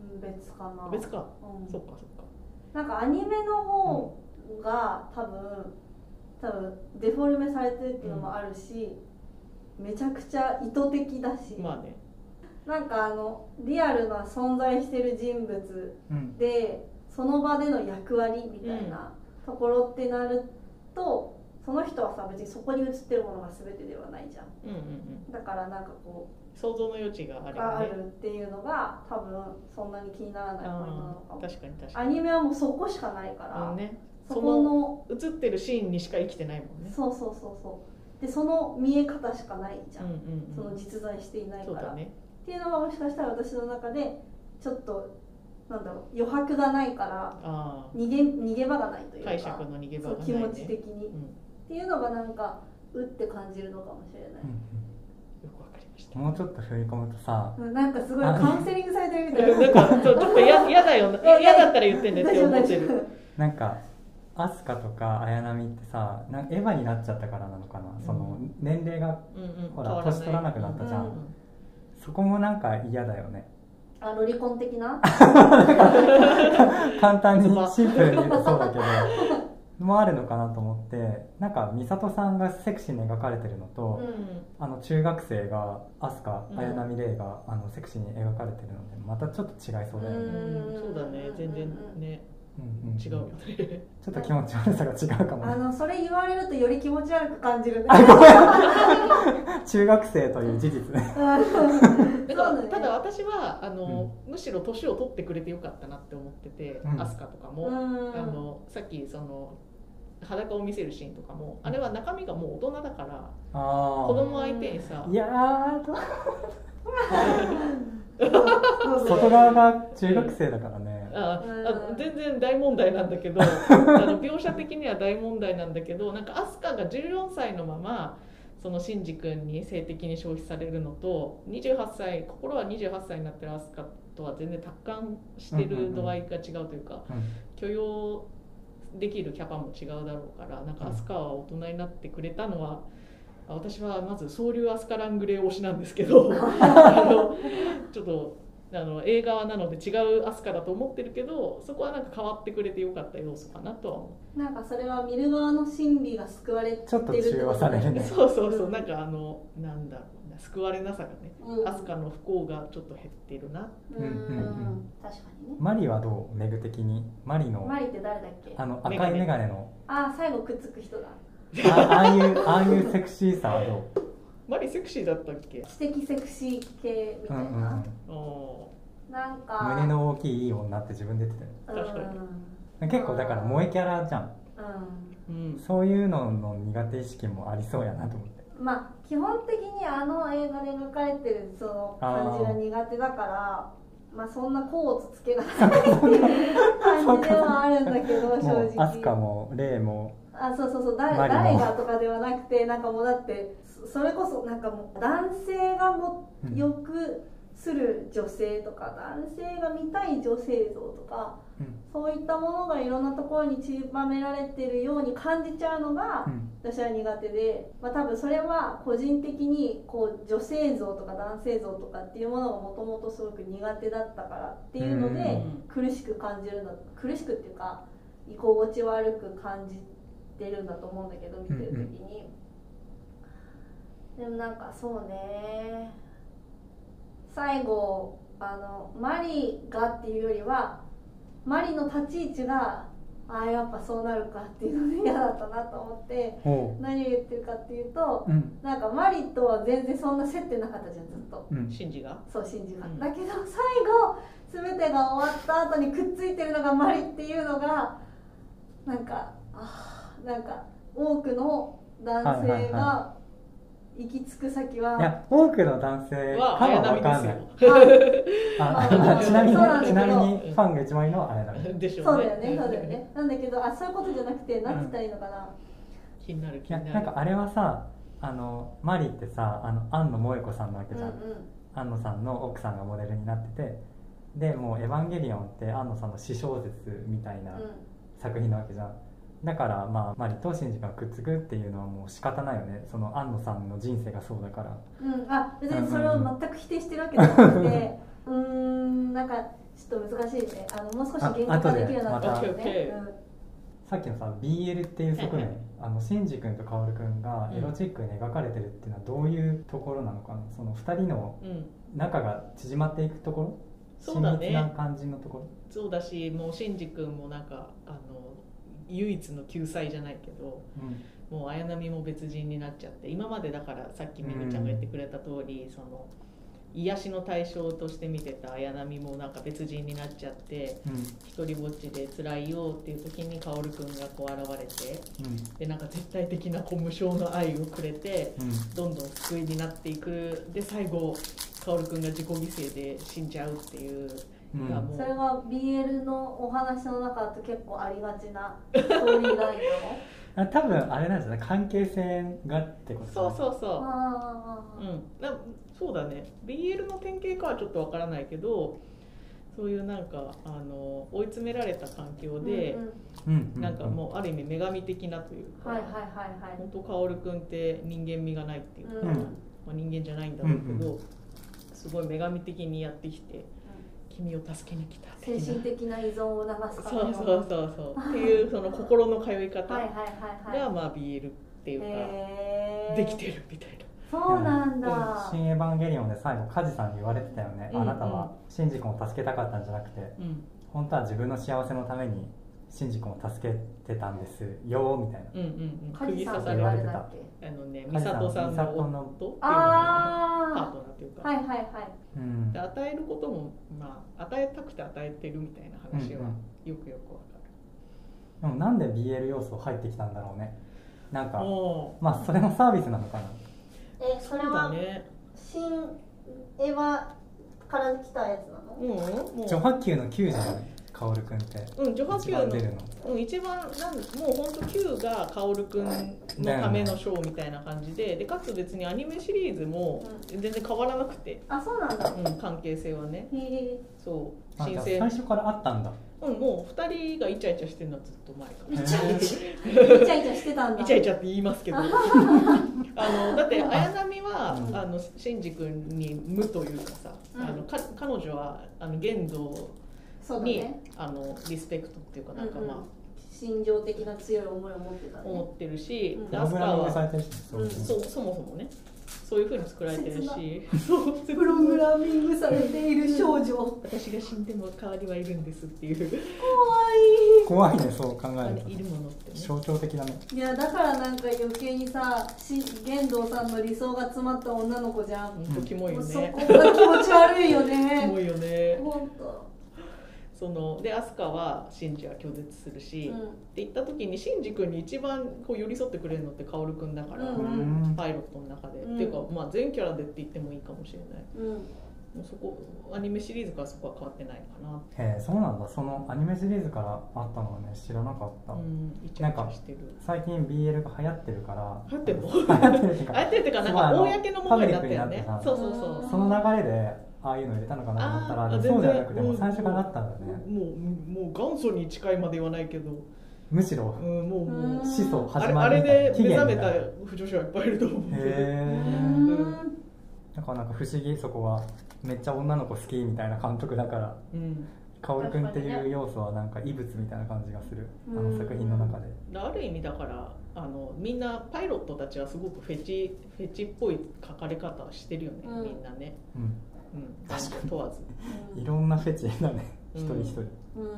Speaker 2: ん
Speaker 1: うん、別かな
Speaker 3: 別か
Speaker 1: うん
Speaker 3: そっかそっか
Speaker 1: なんかアニメの方が多分多分デフォルメされてるっていうのもあるし、めちゃくちゃ意図的だし、
Speaker 3: まあね
Speaker 1: なんかあのリアルな存在してる人物
Speaker 2: うん
Speaker 1: でその場での役割みたいなところってなると、その人はさ別にそこに映ってるものが全てではないじゃん
Speaker 3: うんうんうん
Speaker 1: だからなんかこ
Speaker 3: 想像の余地があ
Speaker 1: う
Speaker 3: れば
Speaker 1: があ
Speaker 3: ね
Speaker 1: るっていうのが多分そんなに気にならないポイントなのか
Speaker 3: あー
Speaker 1: も
Speaker 3: 確かに確か
Speaker 1: ア
Speaker 3: に
Speaker 1: ニメはもうそこしかないから、
Speaker 3: あのね
Speaker 1: そ
Speaker 3: そ
Speaker 1: こ
Speaker 3: の
Speaker 1: の
Speaker 3: 映ってるシーンにしか生きてないもんね
Speaker 1: そうそうそうそうでその見え方しかないじゃん、
Speaker 3: うんうんうん
Speaker 1: その実在していないか
Speaker 3: そう
Speaker 1: ら、
Speaker 3: だね
Speaker 1: っていうのがもしかしたら私の中でちょっとなんだろう余白がないから
Speaker 3: あ
Speaker 1: 逃げ逃げ場がないとい
Speaker 3: あ
Speaker 1: うか
Speaker 3: 解釈の逃げ場
Speaker 1: そう
Speaker 3: がない
Speaker 1: 気
Speaker 3: ね
Speaker 1: 持ち的に、
Speaker 3: う
Speaker 1: っ
Speaker 3: ん
Speaker 1: ていうのがなんかうって感じるのかもしれない、
Speaker 3: よくわかり ました
Speaker 2: もうちょっと踏み込むとさ
Speaker 1: うんなんかすごいカウンセリングされ てるみたいな
Speaker 3: なんかそうちょっと嫌嫌だよな嫌だったら言ってねって思ってる
Speaker 2: なんかアスカとか綾波ってさなんエヴァになっちゃったからなのかな、その年齢が
Speaker 3: うんうん
Speaker 2: ほら年取らなくなったじゃ
Speaker 1: う
Speaker 2: ん、
Speaker 1: ん
Speaker 3: うん
Speaker 2: そこもなんか嫌だよね
Speaker 1: あロリコン的な
Speaker 2: 簡単に
Speaker 3: ズバ
Speaker 2: シンプルに言うとそうだけどもあるのかなと思ってなんか美里さんがセクシーに描かれてるのと、
Speaker 3: うん
Speaker 2: あの中学生が飛
Speaker 3: うん
Speaker 2: 鳥綾波レイが、あのセクシーに描かれてるのでまたちょっと違いそうだよね、
Speaker 1: うん
Speaker 3: うんそうだね全然ね
Speaker 2: うんうん
Speaker 3: 違う よね
Speaker 2: ちょっと気持ち悪さが違うかも
Speaker 1: あ
Speaker 2: ね
Speaker 1: のそれ言われるとより気持ち悪く感じるね
Speaker 2: 中学生という事実ね
Speaker 3: だ
Speaker 1: そうだね
Speaker 3: ただ私はあの、むしろ年を取ってくれてよかったなって思ってて、
Speaker 2: うん
Speaker 3: アスカとか
Speaker 1: う
Speaker 3: も、
Speaker 1: ん
Speaker 3: あのさっきその裸を見せるシーンとかもあれは中身がもう大人だから
Speaker 2: あ
Speaker 3: 子
Speaker 2: あ
Speaker 3: 供相手にさ
Speaker 2: いやーどう
Speaker 1: そうそう
Speaker 2: 外側が中学生だからね
Speaker 3: あ
Speaker 1: う
Speaker 3: あ
Speaker 1: ん
Speaker 3: 全然大問題なん だけどあの描写的には大問題なんだけどなんかアスカが14歳のままそのシンジ君に性的に消費されるのと28歳心は28歳になってるアスカとは全然達観して
Speaker 2: うんうんう
Speaker 3: る
Speaker 2: ん
Speaker 3: 度合いが違うというか、許容できるキャパも違うだろうからなんか
Speaker 2: うん
Speaker 3: アスカは大人になってくれたのは、あ私はまず総流アスカラングレー推しなんです けどあのちょっとあの映画なので違うアスカだと思ってるけどそこはなんか変わってくれてよかった要素かなとは思
Speaker 1: なんかそれは見る側の心理が救われてる
Speaker 2: ちょっと中和される
Speaker 3: う、
Speaker 2: ね
Speaker 3: そうそうそうなんかあのなんだろうな救われなさがね、
Speaker 1: うん
Speaker 3: アスカの不幸がちょっと減ってるな
Speaker 1: うん
Speaker 2: うんうん
Speaker 1: 確かにね
Speaker 2: マリはどうメグ的にマリの
Speaker 1: マリって誰だっけ
Speaker 2: あの赤
Speaker 3: メ
Speaker 2: い
Speaker 3: ガネ
Speaker 2: メガネの
Speaker 1: あー最後くっつく人だ
Speaker 2: あああいうああいうセクシーさはどう
Speaker 3: マリセクシーだったっけ
Speaker 1: 知的セクシー系み
Speaker 2: う
Speaker 1: たい
Speaker 2: ん
Speaker 1: な、
Speaker 2: うんうん
Speaker 3: お
Speaker 1: なんか
Speaker 2: 胸の大きいいい女って自分で言って
Speaker 1: うん
Speaker 3: 確かに
Speaker 2: たよ結構だから萌えキャラじゃん
Speaker 1: う
Speaker 3: ーうん
Speaker 2: そういうのの苦手意識もありそうやなと思って
Speaker 1: んまあ基本的にあの映画で描かれてるその感じが苦手だからまあそんな甲をつつけがたいっていう感じではあるんだけど正
Speaker 2: もう
Speaker 1: 直
Speaker 2: アスカもレイも
Speaker 1: あそうそうそう誰
Speaker 2: マリも
Speaker 1: 誰がとかではなくてなんかもうだってそそれこそなんかもう男性がも
Speaker 2: うん
Speaker 1: 欲する女性とか、男性が見たい女性像とか
Speaker 2: うん
Speaker 1: そういったものがいろんなところに散りばめられてるように感じちゃうのが、
Speaker 2: うん
Speaker 1: 私は苦手で、まあ、多分それは個人的にこう女性像とか男性像とかっていうものがもともとすごく苦手だったからっていうの
Speaker 2: うん
Speaker 1: で苦しく感じるんだ苦しくっていうか居心地悪く感じてるんだと思うんだけど見てる時に、でもなんかそうね最後あのマリがっていうよりはマリの立ち位置がああやっぱそうなるかっていうので嫌だったなと思って。
Speaker 2: ほ
Speaker 1: 何を言ってるかっていうと
Speaker 2: ううん
Speaker 1: なんかマリとは全然そんな接点なかったじゃんずっと
Speaker 2: うん
Speaker 3: シンジが
Speaker 1: そう信じが、
Speaker 3: うん
Speaker 1: だけど最後全てが終わった後にくっついてるのがマリっていうのがなんかあーなんか多くの男
Speaker 2: はいは
Speaker 1: 性
Speaker 2: い
Speaker 1: が
Speaker 2: は
Speaker 1: 行き着く先はい
Speaker 2: や多くの男性か
Speaker 3: は
Speaker 2: は
Speaker 3: 綾
Speaker 2: 分
Speaker 3: 波
Speaker 2: かんない
Speaker 3: ですよ。
Speaker 2: あ
Speaker 1: まあ
Speaker 2: まあちなみに
Speaker 1: そうなんだ
Speaker 2: ち
Speaker 1: けど
Speaker 2: なみにファンが一番いいのは綾波
Speaker 3: でしょ
Speaker 1: そうう
Speaker 3: ね。
Speaker 1: だよねそうだよねなんだけどあそういうことじゃなくて何て言ったらいいのかな、
Speaker 3: 気になる気
Speaker 2: いや
Speaker 3: になる。
Speaker 2: なんかあれはさあのマリってさあの庵野萌子さんなわけ
Speaker 1: うん
Speaker 2: じ
Speaker 1: う
Speaker 2: ゃん、
Speaker 1: ん
Speaker 2: 庵野さんの奥さんがモデルになっててでもう「エヴァンゲリオン」って庵野さんの私小説みたいな作品なわけじゃん、だからまあマリとシンジがくっつくっていうのはもう仕方ないよねその庵野さんの人生がそうだから
Speaker 1: うん、うん、あ別にそれを全く否定してるわけじゃなくて うーんなんかちょっと難しいねあのもう少し言語化できるようになったら
Speaker 3: あ後でまた
Speaker 1: ね、
Speaker 2: さっきのさ BL っていう側
Speaker 3: はいは
Speaker 2: 面
Speaker 3: い
Speaker 2: あのシンジ君とカオル君が
Speaker 3: うん
Speaker 2: エロチックに描かれてるっていうのはどういうところなのかなその2人の
Speaker 3: うん、
Speaker 2: 仲が縮まっていくところ
Speaker 3: そうだ
Speaker 2: 親密な
Speaker 3: ね。
Speaker 2: 感じのところ
Speaker 3: そうだし、もうシンジ君もなんかあの唯一の救済じゃないけど、
Speaker 2: うん
Speaker 3: もう綾波も別人になっちゃって、今までだからさっきめぐちゃんが言ってくれた通り、その癒しの対象として見てた綾波もなんか別人になっちゃって、
Speaker 2: うん
Speaker 3: 一人ぼっちで辛いよっていう時にカオル君がこう現れて、
Speaker 2: う
Speaker 3: でなんか絶対的なこう無償の愛をくれて。
Speaker 2: んうん
Speaker 3: どんどん救いになっていくで最後薫君が自己犠牲で死んじゃうっていう、
Speaker 2: うん
Speaker 3: がも
Speaker 1: う、
Speaker 3: うん
Speaker 1: それは BL のお話の中だと結構ありがちなストーリーライン
Speaker 2: あ多分あれなんじゃない関係性がってこと
Speaker 3: そうそ
Speaker 1: な
Speaker 3: う
Speaker 1: の
Speaker 3: そ
Speaker 1: あ
Speaker 3: う、う
Speaker 1: ー
Speaker 3: ん、なそうだね BL の典型かはちょっとわからないけどそういうなんかあの追い詰められた環境で、
Speaker 1: うん
Speaker 2: うんうんうん、
Speaker 3: なんかもうある意味女神的なというか、
Speaker 1: はいはいはいはい
Speaker 3: 本当薫君って人間味がないっていうか、
Speaker 1: うん
Speaker 3: まあ、人間じゃないんだろうけど、すごい女神的にやってきて「君を助けに来た」的
Speaker 1: 精
Speaker 3: な
Speaker 1: 神的な依存を促すため
Speaker 3: そう
Speaker 1: の
Speaker 3: そうそうそうっていうその心の通い方
Speaker 1: はいはい
Speaker 3: が
Speaker 1: はいはい
Speaker 3: まあ BL っていうか、
Speaker 1: へー
Speaker 3: できてるみたいな。
Speaker 1: そうなんだ、
Speaker 2: 新エヴァンゲリオンで最後梶さんに言われてたよね、
Speaker 3: うんうん
Speaker 2: あなたはシンジ君を助けたかったんじゃなくて
Speaker 3: うん
Speaker 2: 本当は自分の幸せのためにシンジ君を助けてたんですよみたいな
Speaker 3: うんうんうん、
Speaker 1: カジ
Speaker 3: 釘
Speaker 1: さんっ
Speaker 3: 刺
Speaker 1: て
Speaker 3: され
Speaker 2: 言わ
Speaker 3: あ
Speaker 2: れて
Speaker 1: 誰だ
Speaker 2: た
Speaker 1: っけ
Speaker 3: のね
Speaker 2: カ
Speaker 3: 美
Speaker 2: ジさん
Speaker 3: 里さん
Speaker 2: 美里の
Speaker 3: の夫っていうのがパー
Speaker 1: あ
Speaker 3: トナーっていうか、
Speaker 1: あはいはいはい
Speaker 2: うん
Speaker 3: で与えることも、まあ、与えたくて与えてるみたいな話は
Speaker 2: うん
Speaker 3: よくよくわかる、
Speaker 2: でもなんで BL 要素入ってきたんだろうねなんか
Speaker 3: も
Speaker 2: まあそれもサービスなのかな
Speaker 1: え
Speaker 3: う
Speaker 1: そ
Speaker 3: そう
Speaker 1: れ
Speaker 3: だ
Speaker 1: は
Speaker 3: ね
Speaker 1: 新エヴァから来たやつなの
Speaker 3: うんも
Speaker 2: 序波球の球じゃない薫君って
Speaker 3: ううん序波
Speaker 2: 一
Speaker 3: 球
Speaker 2: 番出る
Speaker 3: の
Speaker 2: の
Speaker 3: うん一番なんもう本当球が薫君のためのショーみたいな感じででかつ別にアニメシリーズも全然変わらなくて、
Speaker 1: あそうなんだ
Speaker 3: うん、関係性はね
Speaker 1: へえ
Speaker 3: そう
Speaker 2: あじ
Speaker 3: 新
Speaker 2: ゃあ最
Speaker 3: 鮮
Speaker 2: 初からあったんだ
Speaker 3: うんもう2人がイチャイチャしてるのはずっと前か ら
Speaker 1: イチャイチイチャイチャしてたんだ
Speaker 3: イチャイチャって言いま すけどあのだって綾波は
Speaker 2: うん
Speaker 3: あのシンジ君に無というかさ、
Speaker 1: うん
Speaker 3: あのか彼女はあの言動
Speaker 1: そうだ
Speaker 3: に、
Speaker 1: ね
Speaker 3: あのリスペクトっていうかなんか
Speaker 1: うんうん
Speaker 3: ま
Speaker 1: 心情的な強い思いを持ってた
Speaker 3: あ、
Speaker 1: ね
Speaker 3: 思ってるし、
Speaker 1: うん
Speaker 3: で
Speaker 2: プロ
Speaker 3: アス
Speaker 2: グ
Speaker 3: カ
Speaker 2: ラミングさ
Speaker 3: は
Speaker 2: れてるしそう
Speaker 1: うん
Speaker 3: そうそもそもねそういうふうに作られてる し
Speaker 1: プログラミングされている少女怖
Speaker 3: 私が死んでも代わりはいるんですっていう
Speaker 2: 怖いねそう考え
Speaker 3: あ
Speaker 2: る
Speaker 3: のいるものってね。
Speaker 2: と象徴的だね
Speaker 1: いいやだからなんか余計にさし玄道さんの理想が詰まった女の子じゃん、
Speaker 3: 本当キモい
Speaker 1: も
Speaker 3: よ
Speaker 1: うそこが。
Speaker 3: ね
Speaker 1: 気持ち悪いよ
Speaker 3: キ
Speaker 1: ね
Speaker 3: モいよね。
Speaker 1: 本当
Speaker 3: そのでアスカはシンジは拒絶する
Speaker 1: う
Speaker 3: し、
Speaker 1: ん
Speaker 3: って言った時にシンジ君に一番こう寄り添ってくれるのって薫君だから、
Speaker 1: うん
Speaker 2: うん
Speaker 3: パイロットの中で、
Speaker 1: うん
Speaker 3: っていうか、まあ、全キャラでって言ってもいいかもしれない
Speaker 1: うん
Speaker 3: もうそこアニメシリーズからそこは変わってないかな、
Speaker 2: へえそうなんだそのアニメシリーズからあったのはね知らなかった、
Speaker 3: うん、イチャイチャしてる
Speaker 2: 最近 BL が流行ってるから
Speaker 3: 流行ってんの
Speaker 2: 流行ってるっていう
Speaker 3: あ
Speaker 2: か
Speaker 3: えてっていうかな
Speaker 2: そ
Speaker 3: ん
Speaker 2: うあ
Speaker 3: か
Speaker 2: の
Speaker 3: 公のものになったよ
Speaker 2: パブリックに
Speaker 3: ね
Speaker 2: なってさ
Speaker 3: そうそうそううん
Speaker 2: その流れでああいうの入れたのかなと思った
Speaker 3: あー
Speaker 2: ら
Speaker 3: 全然
Speaker 2: そうじゃなくても
Speaker 3: う
Speaker 2: うん最初からあったんだね、
Speaker 3: もうもう元祖に近いまで言わないけど、
Speaker 2: むし
Speaker 3: う
Speaker 2: ろ
Speaker 3: ん、もうもう
Speaker 2: 始祖
Speaker 3: あ
Speaker 2: 始
Speaker 3: れ
Speaker 2: ま
Speaker 3: あ
Speaker 2: りみたいな
Speaker 3: れで
Speaker 2: 起
Speaker 3: 目覚
Speaker 2: 源
Speaker 3: め
Speaker 2: みた
Speaker 3: た
Speaker 2: いなへ
Speaker 3: 腐女子はいっぱいいると思うけど
Speaker 1: う
Speaker 2: え
Speaker 1: ん
Speaker 2: だからなんか不思議そこはめっちゃ女の子好きみたいな監督だから
Speaker 3: うん
Speaker 2: 薫君って
Speaker 1: 確か
Speaker 2: い
Speaker 1: に
Speaker 2: う要素はなんか異物みたいな感じがするあ
Speaker 1: う
Speaker 2: の
Speaker 1: ん
Speaker 2: 作品の中で
Speaker 3: ある意味だからあのみんなパイロットたちはすごくフェチフェチっぽい書かれ方してるよね、
Speaker 1: うん
Speaker 3: みんなね、
Speaker 2: うん
Speaker 3: うん、男女問わず
Speaker 2: いろんなフェチだね一人一人
Speaker 1: うん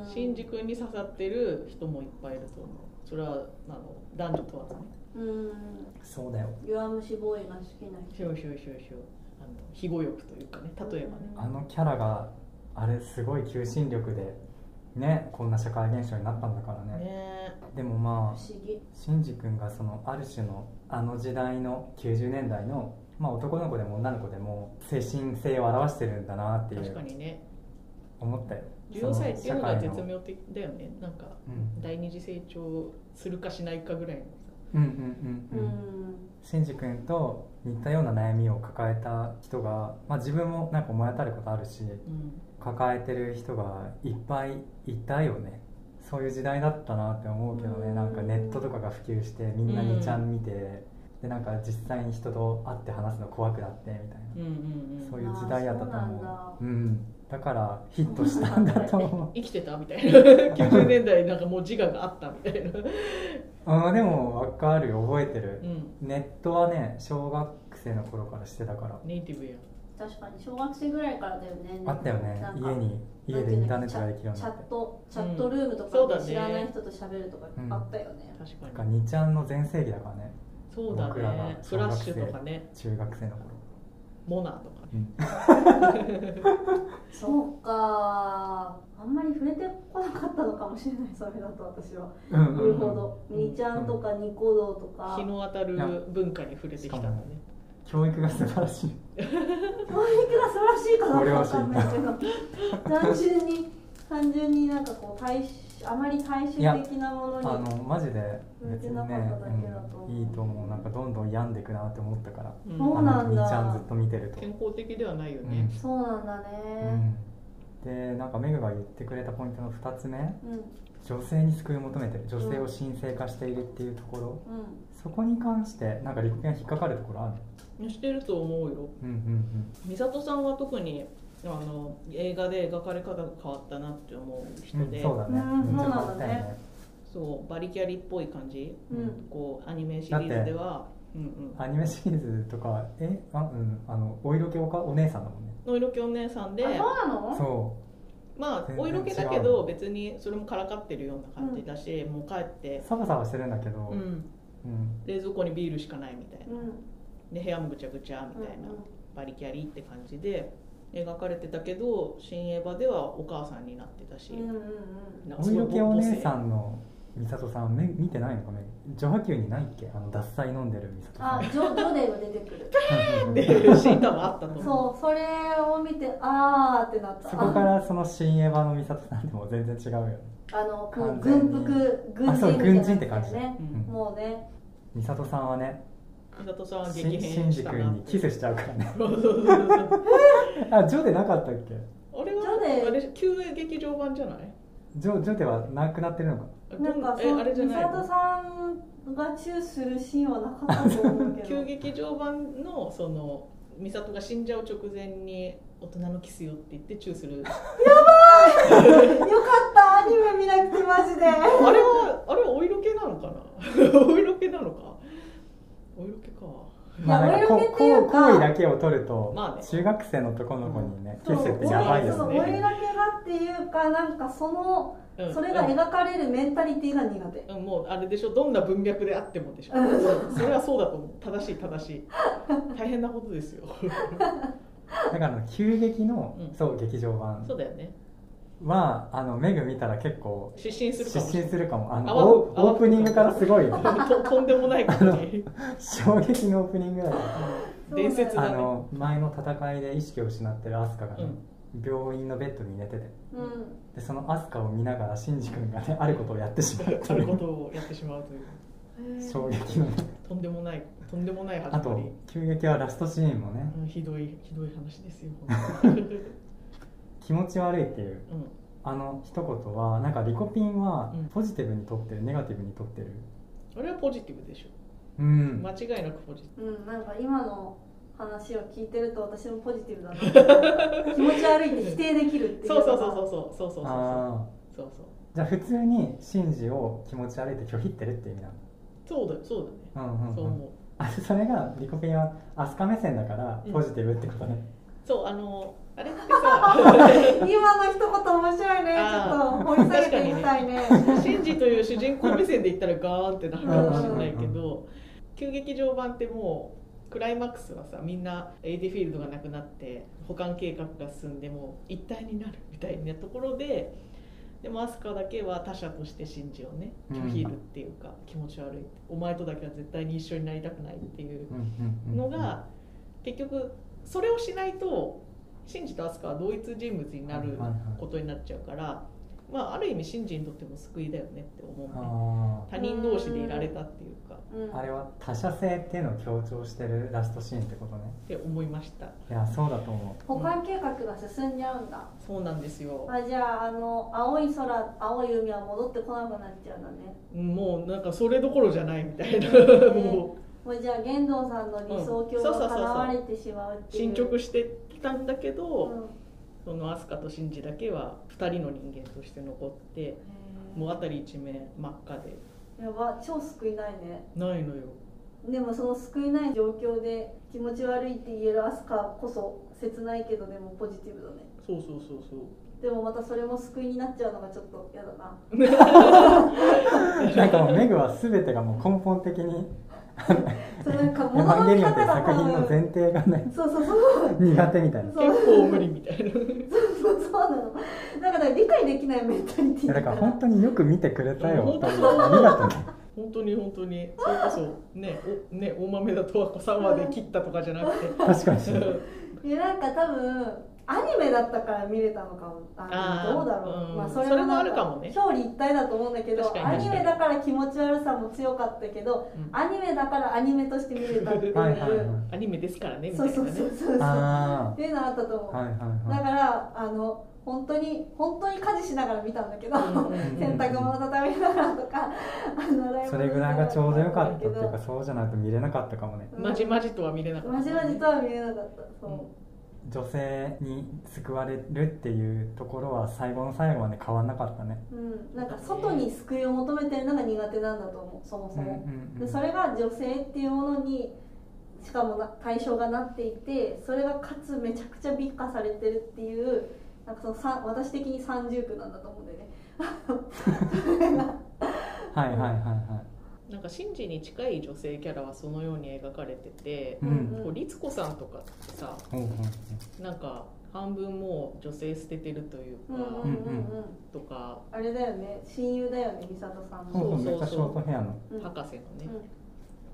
Speaker 3: 新宿に刺さってる人もいっぱいいると思うそれはあの男女問わずね
Speaker 1: うん
Speaker 2: そうだよ
Speaker 1: 弱虫ボーイが好きな人
Speaker 3: しょうしょうしょうしょうあの非語欲というかね例えばね
Speaker 2: あのキャラがあれすごい求心力でねこんな社会現象になったんだからね
Speaker 3: ね
Speaker 2: でもま
Speaker 1: 不
Speaker 2: あ
Speaker 1: 思議
Speaker 2: シンジ君がそのある種のあの時代の90年代の、まあ、男の子でも女の子でも精神性を表してるんだなってい
Speaker 3: 確か
Speaker 2: う
Speaker 3: にね
Speaker 2: 思ったよ
Speaker 3: 14歳っていうのが
Speaker 2: その
Speaker 3: 絶
Speaker 2: 社会の
Speaker 3: 妙的だよねなんか
Speaker 2: うん
Speaker 3: 第二次成長するかしないかぐらいのさ
Speaker 2: うんうん
Speaker 1: う
Speaker 2: うんうん
Speaker 1: ん
Speaker 2: シンジ君と似たような悩みを抱えた人が、まあ、自分もなんか思い当たることあるし
Speaker 3: うん
Speaker 2: 抱えてる人がいっぱいいたよねそういう時代だったなって思うけどね
Speaker 1: うん
Speaker 2: なんかネットとかが普及してみんな2ちゃん見て、でなんか実際に人と会って話すの怖くなってみたいな、
Speaker 3: うんうんう
Speaker 2: そうんいう時代やったと思
Speaker 1: あ
Speaker 2: ううんだからヒットしたんだと思
Speaker 3: 生きてたみ たいな90年代なんかもう自我があったみたいな
Speaker 2: う あーでも分かる覚えてる
Speaker 3: うん
Speaker 2: ネットはね小学生の頃からしてたから
Speaker 3: ネイティブや
Speaker 1: 確かに小学生ぐらいからだよね
Speaker 2: あったよね
Speaker 1: なんか
Speaker 2: 家に家でインターネットができるように
Speaker 1: チ
Speaker 2: な
Speaker 1: ャ
Speaker 2: って
Speaker 1: ットチャットルームと
Speaker 3: そうだ
Speaker 1: か
Speaker 3: ね
Speaker 1: で知らない人と喋るとかあったよね、
Speaker 3: 確
Speaker 2: なん
Speaker 3: か
Speaker 2: か
Speaker 3: に
Speaker 2: 2ちゃんの全盛期だからね
Speaker 3: そうだ
Speaker 2: 僕らが
Speaker 3: ねフラッシュとかね
Speaker 2: 中学生の頃
Speaker 3: モナーとかね
Speaker 1: そうかあんまり触れてこなかったのかもしれないそれだと私は
Speaker 2: うん
Speaker 1: な
Speaker 2: う
Speaker 1: る
Speaker 2: んうん
Speaker 1: ほど2ちゃんとかニコ動とか
Speaker 3: 日の当たる文化に触れてきたんだね
Speaker 2: 教育が素晴らしい
Speaker 1: 教育が素晴らしいかどうかわかんないけど単純に単純になんかこう大衆あまり大衆的なもの
Speaker 2: あ
Speaker 1: に
Speaker 2: のマジで別
Speaker 1: 向いて
Speaker 2: にね
Speaker 1: なかっただけだと思う
Speaker 2: うんいいと思うなんかどんどん病んでいくなって思ったから
Speaker 3: うん
Speaker 1: そうなんだ
Speaker 2: あのみーちゃんずっと見てると
Speaker 3: 健康的ではないよね
Speaker 1: そうなんだね、
Speaker 2: うんでなんかメグが言ってくれたポイントの2つ目
Speaker 1: うん
Speaker 2: 女性に救いを求めてる女性を神聖化しているっていうところ、
Speaker 1: うん
Speaker 2: そこに関してなんか陸が引っかかるところある
Speaker 3: してると思うよ
Speaker 2: うんうん
Speaker 3: 美里さんは特にあの映画で描かれ方が変わったなって思う
Speaker 2: うん、う
Speaker 3: 人
Speaker 2: ん、
Speaker 3: で、
Speaker 2: そうだね、
Speaker 1: うん
Speaker 2: めっちゃ
Speaker 1: そう
Speaker 2: 変
Speaker 1: な
Speaker 2: わ
Speaker 1: ん
Speaker 2: っ
Speaker 1: だ
Speaker 2: たよね
Speaker 1: ね
Speaker 3: そうバリキャリっぽい感じ
Speaker 1: うん
Speaker 3: こうアニメシリーズでは、うんうん、
Speaker 2: アニメシリーズとかえあうんあのお色気おかお姉さんだもんね
Speaker 3: お色気お姉さんで
Speaker 1: あそうなの
Speaker 2: そ
Speaker 3: まあ
Speaker 2: 全然
Speaker 3: お色気だけ
Speaker 2: 違う
Speaker 3: ど別にそれもからかってるような感じだし、もう帰っ
Speaker 2: う
Speaker 3: て、
Speaker 2: サバサバしてるんだけど、
Speaker 3: う
Speaker 2: うん
Speaker 3: ん、冷蔵庫にビールしかないみたいな
Speaker 1: うん
Speaker 3: で部屋もぐちゃぐちゃみたいな、バリキャリって感じで描かれてたけど新エヴァではお母さんになってたし、
Speaker 1: うんうんうん
Speaker 3: なんか
Speaker 2: お
Speaker 3: すごい
Speaker 2: 色気お姉さ
Speaker 3: 母
Speaker 2: んの美里さんめ見てないのかね女波球にないっけあの脱菜飲んでる美里
Speaker 1: あ
Speaker 2: さん
Speaker 1: ジョジョデが出てくる
Speaker 2: うんうん
Speaker 3: 性っていう シーン多分あったと思う
Speaker 1: そうそれを見てあーってなった
Speaker 2: そこからその新エヴァの美里さんでも全然違うよね
Speaker 1: あのく
Speaker 2: 完全
Speaker 1: 軍
Speaker 2: に
Speaker 1: 服軍人
Speaker 2: あそう軍人って感じ
Speaker 1: みたいなね
Speaker 3: うん
Speaker 1: もうね
Speaker 2: 美里さんはね
Speaker 3: 美里さんは
Speaker 2: し
Speaker 3: 激
Speaker 2: シン
Speaker 3: 変し
Speaker 2: ジ
Speaker 3: たな
Speaker 2: 君に
Speaker 3: って
Speaker 2: キスしちゃうからね
Speaker 3: そうそうそうそう
Speaker 2: あジョーでなかったっけ
Speaker 3: あれ
Speaker 1: ジョ
Speaker 3: は
Speaker 1: で
Speaker 3: あれ旧劇場版じゃない
Speaker 2: ジョジョではなくなってるのか
Speaker 1: なんか
Speaker 3: え
Speaker 1: そ
Speaker 3: あれじゃ
Speaker 1: う美
Speaker 3: ないの
Speaker 1: 里さんがチューするシーンはなかったと思うけど
Speaker 3: 旧劇場版のその美里が死んじゃう直前に大人のキスよって言ってチューする
Speaker 1: よかったアニメ見なくてマジで
Speaker 3: あれはあれはお色気なのかな お色気なのかお色気か
Speaker 2: まあなんかこ
Speaker 1: いやお色気っていう
Speaker 2: こう
Speaker 1: か
Speaker 2: 行為だけを取ると、
Speaker 3: まあね
Speaker 2: 中学生の男の子にね、
Speaker 1: そう
Speaker 2: キスって
Speaker 1: お
Speaker 2: やばいで
Speaker 1: そ
Speaker 2: す
Speaker 1: うお色気
Speaker 2: ね
Speaker 1: がっていうかなんかその
Speaker 3: うん
Speaker 1: それが描かれるメンタリティが苦手
Speaker 3: うんもうあれでしょどんな文脈であってもでしょそれはそうだと思う正しい正しい大変なことですよ
Speaker 2: だからあの急激の、
Speaker 3: うん
Speaker 2: そう劇場版
Speaker 3: そうだよね
Speaker 2: はあのメグ見たら結構
Speaker 3: 失神するかも
Speaker 2: 失
Speaker 3: しれ
Speaker 2: 神するかもあの
Speaker 3: 泡
Speaker 2: オー
Speaker 3: 泡
Speaker 2: プニングからすごい
Speaker 3: ないととんでもないこ とに
Speaker 2: 衝撃のオープニングだよ
Speaker 3: 伝説
Speaker 2: あ
Speaker 3: だね
Speaker 2: の前の戦いで意識を失ってるアスカがね、病院のベッドに寝てて
Speaker 1: うん
Speaker 2: でそのアスカを見ながらシンジ君がねあることをやってしまうと
Speaker 3: そう
Speaker 2: い
Speaker 3: いうこ
Speaker 2: う
Speaker 3: とをやってしまうという
Speaker 2: 衝撃のね
Speaker 3: とんでもないとんでもない
Speaker 2: あ
Speaker 3: 始
Speaker 2: と
Speaker 3: まり
Speaker 2: 急激はラストシーンもね、
Speaker 3: うんひどいひどい話です よ。本当に
Speaker 2: 気持ち悪いっていうあの一言はなんかリコピンは
Speaker 3: うん
Speaker 2: ポジティブにとってるネガティブにとってる
Speaker 3: うん、あれはポジティブでし
Speaker 2: う
Speaker 3: ょ。
Speaker 2: ん
Speaker 3: 間違いなくポジテ
Speaker 1: うんなんか今の話を聞いてると私もポジティブだ な気持ち悪いって否定できるって
Speaker 3: ィブ。
Speaker 1: いう
Speaker 3: そうそうそうそうそうそうそうそう
Speaker 2: あ
Speaker 3: そうそう。
Speaker 2: ーじゃあ普通にシンジを気持ち悪いって拒否ってるって意味なの
Speaker 3: そうだよそう
Speaker 2: う
Speaker 3: だ
Speaker 2: ん
Speaker 3: ね。
Speaker 2: う
Speaker 3: そうん
Speaker 2: うん
Speaker 3: 思う。
Speaker 2: あそれがリコピンはアスカ目線だからポジティブってことね、
Speaker 3: そうあのあ れってさ、
Speaker 1: 今の一言面白いねちょっ
Speaker 3: あ
Speaker 1: と掘り下げていきたいね
Speaker 3: シンジという主人公目線で言ったらガーンってなるかもしれないけど、急劇場版ってもう。クライマックスはさみんなエイディフィールドがなくなって保管計画が進んでもう一体になるみたいなところででもアスカだけは他者としてシンジをね拒否るっていうか、気持ち悪いお前とだけは絶対に一緒になりたくないっていう
Speaker 2: うんうんうん
Speaker 3: のが結局それをしないとシンジとアスカは同一人物になることになっちゃうから、まあ、ある意味シンジにとっても救いだよねって思うね
Speaker 2: あ
Speaker 3: 他人同士でいられたっていうか
Speaker 1: うん
Speaker 2: ーあれは他者性っていうのを強調してるラストシーンってことね
Speaker 3: って思いました
Speaker 2: いやそうだと思
Speaker 1: 保管計画が進んじゃうんだ
Speaker 3: そうなんですよ
Speaker 1: あじゃああの青い空青い海は戻ってこなくなっちゃうんだね
Speaker 3: もうなんかそれどころじゃないみたいな、
Speaker 1: ー
Speaker 3: も
Speaker 1: もうじゃあ玄道さんの理想郷
Speaker 3: うんそうそ
Speaker 1: が
Speaker 3: うそうそう
Speaker 1: 叶われてしまうっ
Speaker 3: う
Speaker 1: ていう
Speaker 3: 進捗してきたんだけど、
Speaker 1: うん
Speaker 3: そのアスカとシンジだけは2人の人間として残ってもう辺り一面真っ赤で
Speaker 1: やば超救いないね
Speaker 3: ないのよ
Speaker 1: でもその救いない状況で気持ち悪いって言えるアスカこそ切ないけどでもポジティブだね
Speaker 3: そうそうそうそう
Speaker 1: でもまたそれも救いになっちゃうのがちょっと嫌だ な
Speaker 2: うなんかもうメグは全てがもう根本的に
Speaker 1: そうなんか
Speaker 2: 「エヴ
Speaker 1: 物
Speaker 2: ァン
Speaker 1: の
Speaker 2: ゲ
Speaker 1: 見
Speaker 2: リオン」ってい
Speaker 1: 方が
Speaker 2: う作品の前提がね
Speaker 1: そうそうそう
Speaker 2: 苦手みたいな
Speaker 1: そう
Speaker 3: 結構無理みたいな
Speaker 1: そうそうなのなんかだから理解できないメンタリティ
Speaker 2: いやだから本当によく見てくれたよ
Speaker 3: 本当
Speaker 2: あ
Speaker 3: に
Speaker 2: りがとうね
Speaker 3: 本当に本当にそれこそねおね大豆だとは小沢で切ったとかじゃなく て
Speaker 2: 確かに
Speaker 1: いやなんか多分アニメだったから見れたのかもあ
Speaker 3: あー
Speaker 1: どうだろう、
Speaker 3: うん
Speaker 1: まあ、そ
Speaker 3: そ
Speaker 1: れ
Speaker 3: れ
Speaker 1: も
Speaker 3: も
Speaker 1: あ
Speaker 3: あ
Speaker 1: る
Speaker 3: る
Speaker 1: か
Speaker 3: か
Speaker 1: も
Speaker 3: も
Speaker 1: ね
Speaker 3: ね
Speaker 1: 表裏一体だと思うんだけど
Speaker 3: 確か
Speaker 1: ア
Speaker 3: に
Speaker 1: ニメだから気持ち悪さも強かったけど
Speaker 3: うん
Speaker 1: アニメだからアニメとして見れたっていう
Speaker 2: はいはいはい
Speaker 3: アニメですからねみた
Speaker 1: そ
Speaker 3: いうなね
Speaker 1: そうそうそうそう
Speaker 2: あ
Speaker 1: っていうのはあったと
Speaker 2: あ
Speaker 1: 思う、
Speaker 2: はいはい
Speaker 1: だ
Speaker 2: はい
Speaker 1: からあの本当に本当に家事しながら見たんだけど、
Speaker 3: うんうんうん
Speaker 1: 洗濯物畳みながらとか あの洗い物しながら
Speaker 2: それぐらいがちょうどよかったってい
Speaker 1: だ
Speaker 2: うかそうじゃないと見れなかったかもね
Speaker 1: うん
Speaker 3: まじまじとは見れなかった
Speaker 1: まじまじとは見えなかったそ
Speaker 2: 女性に救われるっていうところは最後の最後まで変わんなかったね
Speaker 1: う、うんなんか外に救いを求めてるのが苦手なんだと思うそもそも、でそれが女性っていうものにしかもな対象がなっていてそれがかつめちゃくちゃ美化されてるっていうなんかそのさ私的に三重苦なんだと思うんだよね
Speaker 2: はいはいはいは
Speaker 3: なんかシンジに近い女性キャラはそのように描かれてて
Speaker 1: う
Speaker 2: い、う
Speaker 1: ん
Speaker 2: ん
Speaker 3: こう律子さんとかってさ
Speaker 2: ほうほうほ
Speaker 3: なんか半分もう女性捨ててるという
Speaker 1: うん
Speaker 3: か、
Speaker 1: うんうんうん
Speaker 3: とか
Speaker 1: あれだよね親友だよね美里さん
Speaker 2: うほうほう
Speaker 1: の、
Speaker 3: そうそうそう
Speaker 2: めっちゃショートヘアの
Speaker 1: うん
Speaker 3: 博士のね、
Speaker 1: うん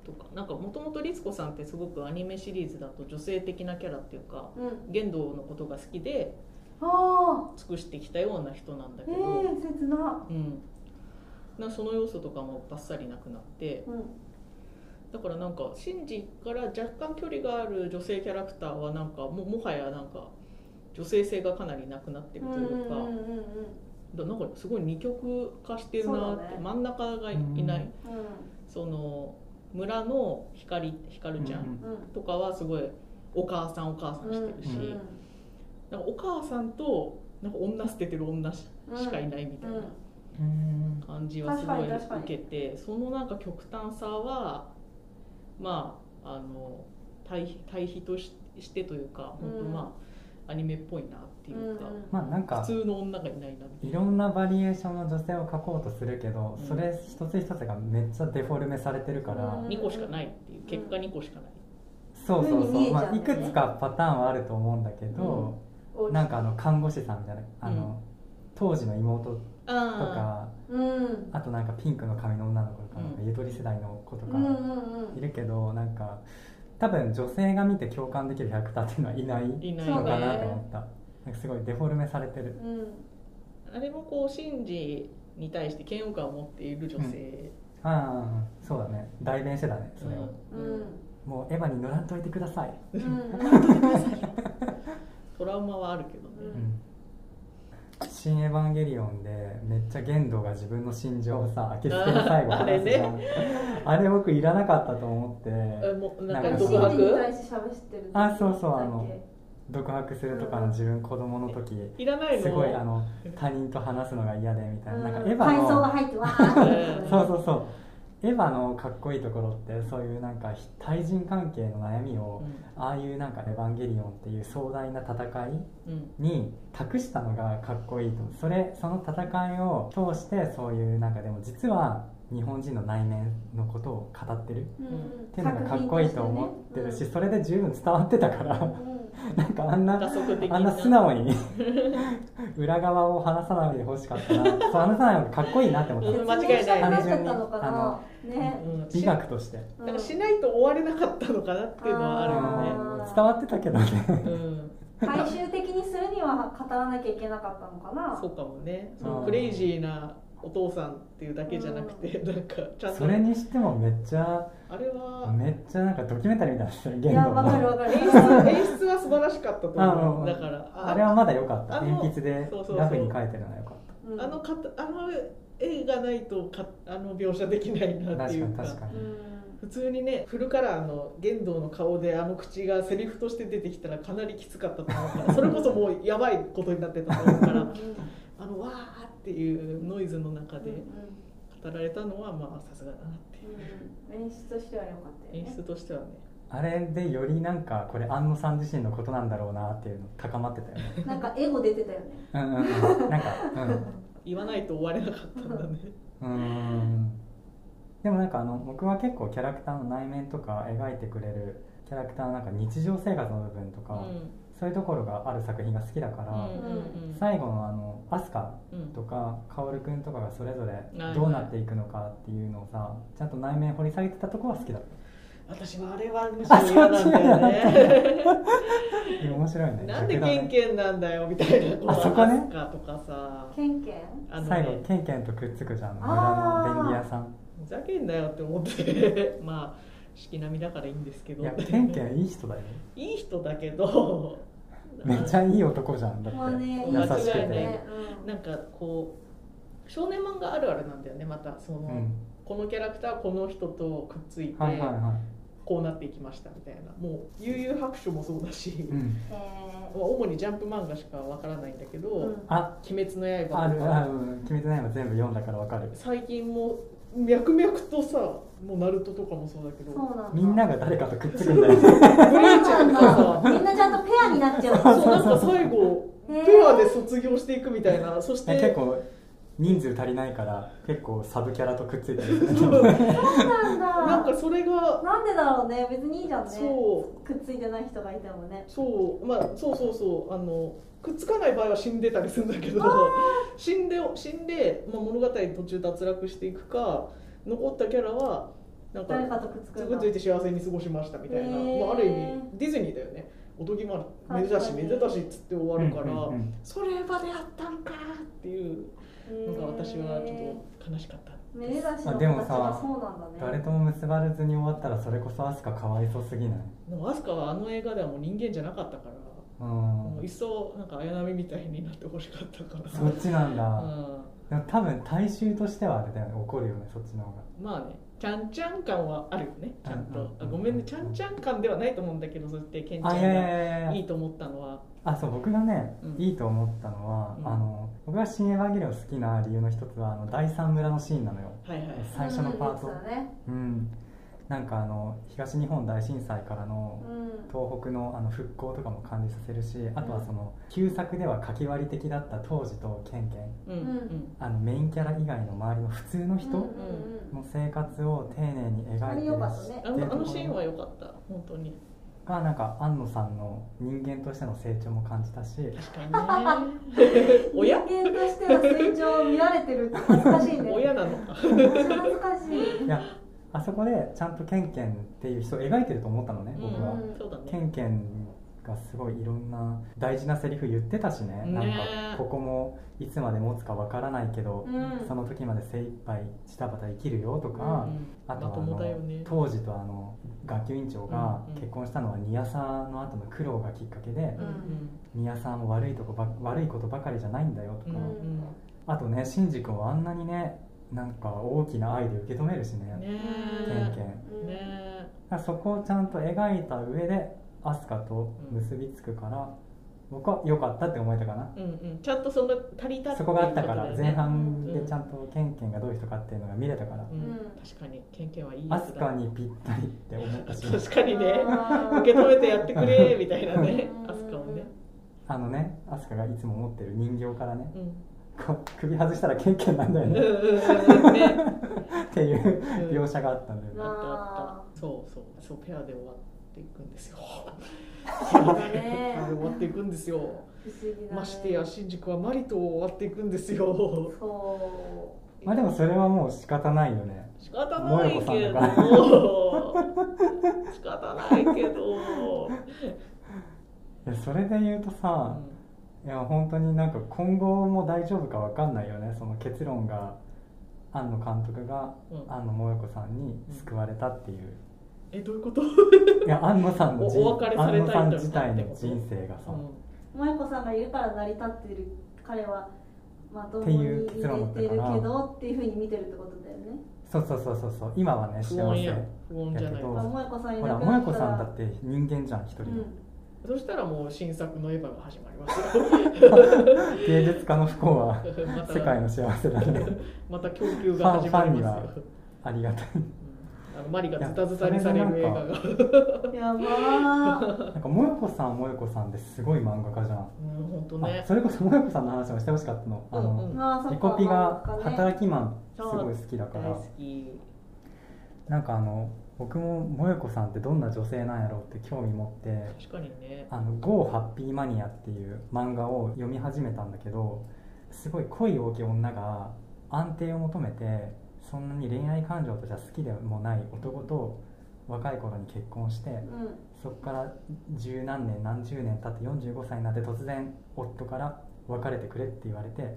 Speaker 3: とかなんかもともと律子さんってすごくアニメシリーズだと女性的なキャラっていうか
Speaker 1: うん、
Speaker 3: 言動のことが好きで
Speaker 1: ああ
Speaker 3: 尽くしてきたような人なんだ
Speaker 1: え
Speaker 3: け
Speaker 1: え
Speaker 3: ど、
Speaker 1: ー、切な
Speaker 3: うん、なその要素とかもバッサリなくなって
Speaker 1: うん
Speaker 3: だからなんかシンジから若干距離がある女性キャラクターはなんかももはやなんか女性性がかなりなくなってる
Speaker 1: うん
Speaker 3: と
Speaker 1: う
Speaker 3: い
Speaker 1: ん
Speaker 3: うか,、
Speaker 1: うんうん
Speaker 3: だなんかすごい二極化してるなっ
Speaker 1: そ
Speaker 3: て、
Speaker 1: うだね
Speaker 3: 真ん中がいいない、
Speaker 2: うん
Speaker 1: う
Speaker 3: その村の光光ちゃん
Speaker 1: んうん
Speaker 3: とかはすごいお母さんお母さんしてるし、
Speaker 2: うん
Speaker 3: なんかお母さんとなんか女捨ててる女し
Speaker 1: うん
Speaker 3: しかいないみたいな。
Speaker 1: うん
Speaker 2: うん
Speaker 3: 感じはすごい
Speaker 1: 確かに
Speaker 3: 受けてそのなんか極端さはまああの対比対比とししてというか本当
Speaker 1: うん
Speaker 3: まあ、アニメっぽいなっていうか、
Speaker 1: うんうん
Speaker 2: まあなんか
Speaker 3: 普通の女がいないなみた
Speaker 2: い
Speaker 3: い
Speaker 2: ろんなバリエーションの女性を描こうとするけど
Speaker 3: うん
Speaker 2: それ一つ一つがめっちゃデフォルメされてるから、
Speaker 1: うん
Speaker 3: な2個しかないっていう結果2個しかない、
Speaker 2: そうそ
Speaker 1: 風
Speaker 2: う
Speaker 1: に
Speaker 2: そう
Speaker 1: 見えちゃう
Speaker 2: まあ、
Speaker 1: ね
Speaker 2: いくつかパターンはあると思うんだけど、
Speaker 1: うん
Speaker 2: なんかあの看護師さんみたいなあの、
Speaker 3: うん
Speaker 2: 当時の妹とか
Speaker 3: あ
Speaker 1: うん
Speaker 2: あとなんかピンクの髪の女の子とかなんか
Speaker 3: うん
Speaker 2: ゆとり世代の子と
Speaker 1: うん
Speaker 2: か
Speaker 1: うんうん
Speaker 2: いるけど、なんか多分女性が見て共感できるキャラクターっていうのはいない
Speaker 3: あいない
Speaker 1: そ
Speaker 2: の
Speaker 1: う
Speaker 2: か
Speaker 1: だね
Speaker 2: なと思った、なんかすごいデフォルメされてる、
Speaker 1: う
Speaker 3: あれもこうシンジに対して嫌悪感を持っている女性、
Speaker 2: ああそうだね代弁してたねそれを、
Speaker 1: んうん
Speaker 2: もうエヴァに乗らんといてください、
Speaker 1: うん
Speaker 3: トラウマはあるけどね、
Speaker 1: うん
Speaker 2: 新エヴァンゲリオンでめっちゃ玄道が自分の心情をさ明けつけの最後
Speaker 3: あー
Speaker 2: 話すじ ゃんあれ,、僕いらなかったと思って
Speaker 3: えもうな
Speaker 2: な
Speaker 3: んか
Speaker 2: んか
Speaker 3: 独
Speaker 1: 心理に
Speaker 3: 白
Speaker 1: 対して喋ってる
Speaker 2: あそうそうあの
Speaker 1: だっけ
Speaker 2: 独白するとかの自分子供の時
Speaker 3: いらないの
Speaker 2: すごいあの他人と話すのが嫌でみたいななんかエ
Speaker 1: うん
Speaker 2: ヴァ
Speaker 1: 階層が
Speaker 2: の
Speaker 1: 入ってわーって
Speaker 2: そうそうそうエヴァのかっこいいところってそういうなんか対人関係の悩みをああいうなんかエヴァンゲリオンっていう壮大な戦い
Speaker 3: うんうん
Speaker 2: に託したのがかっこいいとそれその戦いを通してそういうなんかでも実は日本人の内面のことを語ってる
Speaker 1: うんうん
Speaker 2: っていうのがかっこいいと思ってるしそれで十分伝わってたか
Speaker 1: う
Speaker 2: ら
Speaker 1: んうん
Speaker 2: なんかあんな
Speaker 3: 打足的な
Speaker 2: あんな素直に裏側を話さないでほしかったなそう話さない方がかっこいいなって思っ
Speaker 3: うん間違いない
Speaker 1: 説明したくなっちゃったのかなね
Speaker 3: うん
Speaker 2: た美学として、
Speaker 1: うん
Speaker 3: なんかしないと終われなかったのかなっていうのはあるよね。
Speaker 1: うん
Speaker 2: 伝わってたけどね
Speaker 3: うん、
Speaker 1: 最終的にするには語らなきゃいけなかったのかな
Speaker 3: そうかもね。
Speaker 2: うん
Speaker 3: そのクレイジーなお父さんっていうだけじゃなくて、なんかちゃんと
Speaker 2: それにしてもめっちゃ
Speaker 3: あれは
Speaker 2: めっちゃなんかドキュメンタリーみたいになってる
Speaker 1: い
Speaker 2: 言
Speaker 1: や
Speaker 2: 動
Speaker 1: わかる
Speaker 2: も
Speaker 1: わか る
Speaker 3: 演出演出は素晴らしかったと
Speaker 2: あ
Speaker 3: 思
Speaker 2: う
Speaker 3: う。
Speaker 2: ん
Speaker 3: だから
Speaker 2: あれはまだ良かった
Speaker 3: あの
Speaker 2: 鉛筆で
Speaker 3: そうそうそう
Speaker 2: ラフに描いてるのは良かった
Speaker 1: うん
Speaker 3: あのかたあの絵がないとかあの描写できないなってい
Speaker 2: 確
Speaker 3: う
Speaker 2: か
Speaker 3: か。
Speaker 2: に確か
Speaker 1: う
Speaker 2: に、
Speaker 1: ん
Speaker 3: 普通にねフルカラーの玄道の顔であの口がセリフとして出てきたらかなりきつかったと思うからそれこそもうやばいことになってたと思うからあのわーっていうノイズの中
Speaker 1: うん
Speaker 3: で語られたのはまあさすがだなっていう
Speaker 1: うん演出としては良かったよ
Speaker 3: 演
Speaker 1: ね
Speaker 3: 出としてはね
Speaker 2: あれでよりなんかこれ安野さん自身のことなんだろうなっていうの高まってたよね
Speaker 1: なんかエゴ出てたよね
Speaker 2: うんうんうんなんか
Speaker 3: 言わないと終われなかったんだね
Speaker 2: うんうーんでもなんかあの僕は結構キャラクターの内面とか描いてくれるキャラクターのなんか日常生活の部分と
Speaker 3: う
Speaker 2: か、
Speaker 3: ん
Speaker 2: そういうところがある作品が好きだか
Speaker 3: う
Speaker 2: ら、
Speaker 3: んうん
Speaker 2: 最後のあのアスカ
Speaker 3: うん
Speaker 2: とか薫君とかがそれぞれ
Speaker 3: はい
Speaker 2: どうなっていくのかっていうのをさちゃんと内面掘り下げてたとこは好きだっ
Speaker 3: 私はあれはむしろ嫌なんだよ ね
Speaker 2: たいや面白いね
Speaker 3: なんで
Speaker 2: 逆だ
Speaker 3: ケン
Speaker 2: ね
Speaker 3: ケンなんだよみたいな
Speaker 2: あそこね
Speaker 3: アスカとかさ
Speaker 1: ケンケン
Speaker 3: あの
Speaker 2: 最後
Speaker 3: ね
Speaker 2: ケンケンとくっつくじゃん村
Speaker 1: あー
Speaker 2: の便利屋さん
Speaker 3: ふざけんなよって思って まあ しきなみだからいいんですけど
Speaker 2: いやケンケンいい人だよ
Speaker 3: いい人だけど
Speaker 2: めっちゃいい男じゃんだって
Speaker 1: もうね
Speaker 2: 優しく
Speaker 3: 間違
Speaker 2: て、
Speaker 3: いない
Speaker 1: ねうん
Speaker 3: なんかこう少年漫画あるあるなんだよねまたその、
Speaker 2: うん、
Speaker 3: このキャラクターはこの人とくっついて
Speaker 2: はいはいは
Speaker 3: こうなっていきましたみたいなもう悠々白書もそうだし、
Speaker 2: い、うん、
Speaker 1: え
Speaker 3: 主にジャンプ漫画しかわからないんだけど「
Speaker 1: ーう
Speaker 3: 鬼
Speaker 1: ん
Speaker 2: あ
Speaker 3: 滅の刃」と
Speaker 2: ああ
Speaker 3: か
Speaker 2: うん決めてないの全部読んだからわかる
Speaker 3: 最近も脈々とさもうナルトとかもそうだけど
Speaker 1: そうなんだ
Speaker 2: みんなが誰かとくっつくんだよ ね
Speaker 3: ブレイちゃんと か
Speaker 1: みんなちゃんとペアになっちゃう
Speaker 3: さそうなんか最後
Speaker 1: ね
Speaker 3: ペアで卒業していくみたいなそして
Speaker 2: 結構人数足りないから結構サブキャラとくっついてる
Speaker 3: そう
Speaker 1: そう
Speaker 3: な
Speaker 1: なんんだ
Speaker 3: かそれが
Speaker 1: なんでだろうね別にいいじゃんね
Speaker 3: そう
Speaker 1: くっついてない人がいてもね
Speaker 3: そうまあそうそうそうあのくっつかない場合は死んでたりするんだけど死んで死んで、まあ、物語途中脱落していくか残ったキャラはなんか
Speaker 1: 誰かとくっつく
Speaker 3: く
Speaker 1: ん
Speaker 3: っ
Speaker 1: だ
Speaker 3: ついて幸せに過ごしましたみたいな、
Speaker 1: へー
Speaker 3: まあ、ある意味ディズニーだよねおとぎまめでたしめでたしっつって終わるから、
Speaker 2: うんうんうん
Speaker 3: それまでやったんかっていうのが私はちょっと悲しかった
Speaker 1: とめでたしの
Speaker 2: あでも
Speaker 1: 形
Speaker 2: さ
Speaker 1: がそうなんだね
Speaker 2: 誰とも結ばれずに終わったらそれこそアスカかわいそうすぎない
Speaker 3: でもアスカはあの映画ではもう人間じゃなかったから、
Speaker 2: う
Speaker 3: もうん一層なんか綾波みたいになってほしかったから
Speaker 2: そっちなんだ、
Speaker 3: うん
Speaker 2: でも多分大衆としてはあれだよね怒るよねそっちの方が
Speaker 3: まあね、ちゃんちゃん感はあるよね、ちゃ
Speaker 2: う
Speaker 3: ん
Speaker 2: んうんうん
Speaker 3: と。あごめんね、ちゃんちゃん感ではないと思うんだけど、そしてケンちゃ
Speaker 2: あいやい
Speaker 3: ん
Speaker 2: やい
Speaker 3: が
Speaker 2: や
Speaker 3: い
Speaker 2: いや
Speaker 3: いと思ったのは、
Speaker 2: あそう僕がね、
Speaker 3: うん
Speaker 2: いいと思ったのは、
Speaker 3: うん
Speaker 2: あの僕が「新エヴァンゲリオン」好きな理由の一つはあの第三村のシーンなのよ、
Speaker 3: はいはい、
Speaker 2: 最初のパート
Speaker 1: うん言ってたね
Speaker 2: うん、なんかあの東日本大震災からの
Speaker 1: うん
Speaker 2: 東北のあの復興とかも感じさせるしあとはその旧作ではかき割り的だった当時とケンケン
Speaker 3: うんうんうん
Speaker 2: あのメインキャラ以外の周りの普通の人
Speaker 1: うんうんうん
Speaker 2: の生活を丁寧に描いてるし
Speaker 1: あれ良かったね
Speaker 3: あのあのシーンは良かった、本当に。
Speaker 2: がなんか安野さんの人間としての成長も感じたし
Speaker 3: 確かに ね。親
Speaker 1: 人間としての成長を見られてるって恥ずかしい ね
Speaker 3: 親なのか。
Speaker 1: 恥ずかしい
Speaker 2: いやあそこでちゃんとケンケンっていう人を描いてると思ったのね
Speaker 3: うん
Speaker 2: 僕は、
Speaker 1: ん
Speaker 3: そうだ
Speaker 2: ケ
Speaker 3: ね。
Speaker 2: ンケンがすごいいろんな大事なセリフ言ってたしね
Speaker 3: ね
Speaker 2: なんかここもいつまで持つかわからないけど、
Speaker 1: うん
Speaker 2: その時まで精一杯ジタバタ生きるよと
Speaker 3: う
Speaker 2: か、
Speaker 3: ん
Speaker 2: あと
Speaker 3: ま
Speaker 2: はあ
Speaker 3: ともだよ
Speaker 2: の、
Speaker 3: ね。
Speaker 2: 当時とあの学級委員長が
Speaker 3: うんうん
Speaker 2: 結婚したのはニヤサの後の苦労がきっかけで
Speaker 3: う、ん
Speaker 2: ニヤサも悪いとこば悪いことばかりじゃないんだよと
Speaker 3: うん
Speaker 2: か、
Speaker 3: うん
Speaker 2: あとねシンジ君をあんなにねなんか大きな愛で受け止めるしね
Speaker 3: うん。ね
Speaker 2: ケンケン
Speaker 1: うん
Speaker 3: ね
Speaker 2: だからそこをちゃんと描いた上でアスカと結びつくから、僕は良かったって思えたかな、
Speaker 3: うんうん。ちゃんとその足りたっ
Speaker 2: そ
Speaker 3: てい
Speaker 2: こ
Speaker 3: う
Speaker 2: が
Speaker 3: とだ
Speaker 2: あ
Speaker 3: よ
Speaker 2: った
Speaker 3: ね
Speaker 2: から前半でちゃんとケンケンがどういう人かっていうのが見れたから、
Speaker 3: うん
Speaker 1: うん
Speaker 3: 確かに、ケンケンはいいや
Speaker 2: ア
Speaker 3: つ
Speaker 2: ス
Speaker 3: だな
Speaker 2: カにぴったりって思ったし
Speaker 3: 確 かにね
Speaker 1: あー
Speaker 3: 受け止めてやってくれみたいなね
Speaker 1: うん
Speaker 3: アスカをね、
Speaker 2: あのねアスカがいつも持ってる人形からね
Speaker 3: うん、
Speaker 2: こう首外したらケンケンなんだよ
Speaker 3: うんう
Speaker 2: ね
Speaker 3: んうんね
Speaker 2: っていう
Speaker 3: うん
Speaker 2: 描写があったんだよね
Speaker 3: あった
Speaker 1: な
Speaker 3: あったそうそうそうペアで終わっていくんですよ
Speaker 1: そうだ
Speaker 3: ペ
Speaker 1: ね
Speaker 3: アで終わっていくんですよ
Speaker 1: 不思議だね
Speaker 3: ましてや新宿はマリと終わっていくんですよ
Speaker 1: そ
Speaker 2: まあでもそれはもう仕方ないよね
Speaker 3: 仕方ない
Speaker 2: 萌
Speaker 3: け
Speaker 2: え子さん
Speaker 3: ど仕方ないけど、
Speaker 2: いやそれで言うと
Speaker 3: う
Speaker 2: さ、
Speaker 3: ん
Speaker 2: いや本当になんか今後も大丈夫かわかんないよねその結論が庵野監督が
Speaker 3: うん
Speaker 2: 庵野萌子さんに救われたっていう、
Speaker 3: えどういうこと、
Speaker 2: いや庵野さんの人
Speaker 3: おお別れさ
Speaker 2: 庵
Speaker 3: れたい
Speaker 2: 野
Speaker 3: と
Speaker 2: さん自体の人生がさ、
Speaker 1: う萌子さんがいるから成り立ってる彼はまとも
Speaker 2: って
Speaker 1: に
Speaker 2: いう
Speaker 1: 入れ
Speaker 2: 結論だった
Speaker 1: て
Speaker 2: から
Speaker 1: るけどっていうふうに見てるってことだよね
Speaker 2: そうそうそうそうそう今はね
Speaker 3: 不
Speaker 2: 幸
Speaker 3: 穏
Speaker 2: せ
Speaker 3: や不穏じゃない
Speaker 2: そう
Speaker 1: まあ萌子さんい
Speaker 2: ほ
Speaker 1: な
Speaker 2: ら
Speaker 1: くな
Speaker 2: 萌
Speaker 1: った
Speaker 2: 子
Speaker 1: ら
Speaker 2: さんだって人間じゃん一人
Speaker 1: う
Speaker 2: の、
Speaker 1: ん
Speaker 3: そしたらもう新作のエヴァが始まりますよ
Speaker 2: 芸術家の不幸 は
Speaker 3: また
Speaker 2: 世界の幸せだね
Speaker 3: また供給が始ま
Speaker 2: ファンフ
Speaker 3: りますよ
Speaker 2: ァンにはありがたい
Speaker 3: うんあのマリがズタズタにされる映画が、うん
Speaker 1: やばー
Speaker 2: なんか萌子さん萌子さんですごい漫画家じゃん、
Speaker 3: 本当
Speaker 2: あ
Speaker 3: ね
Speaker 2: それこそ萌子さんの話もしてほしかったの、あ
Speaker 3: うんう
Speaker 2: の
Speaker 3: ん
Speaker 1: まあそっか
Speaker 2: リコピが
Speaker 1: なんかね
Speaker 2: 働きマンすごい好きだか
Speaker 3: 大
Speaker 2: ら
Speaker 3: 好き
Speaker 2: なんかあの僕も萌子さんってどんな女性なんやろうって興味持って
Speaker 3: 確かにね
Speaker 2: 「あの GO ハッピーマニア」っていう漫画を読み始めたんだけどすごい恋多き女が安定を求めてそんなに恋愛感情としては好きでもない男と若い頃に結婚して
Speaker 1: う
Speaker 2: そこから十何年何十年経って45歳になって突然夫から別れてくれって言われて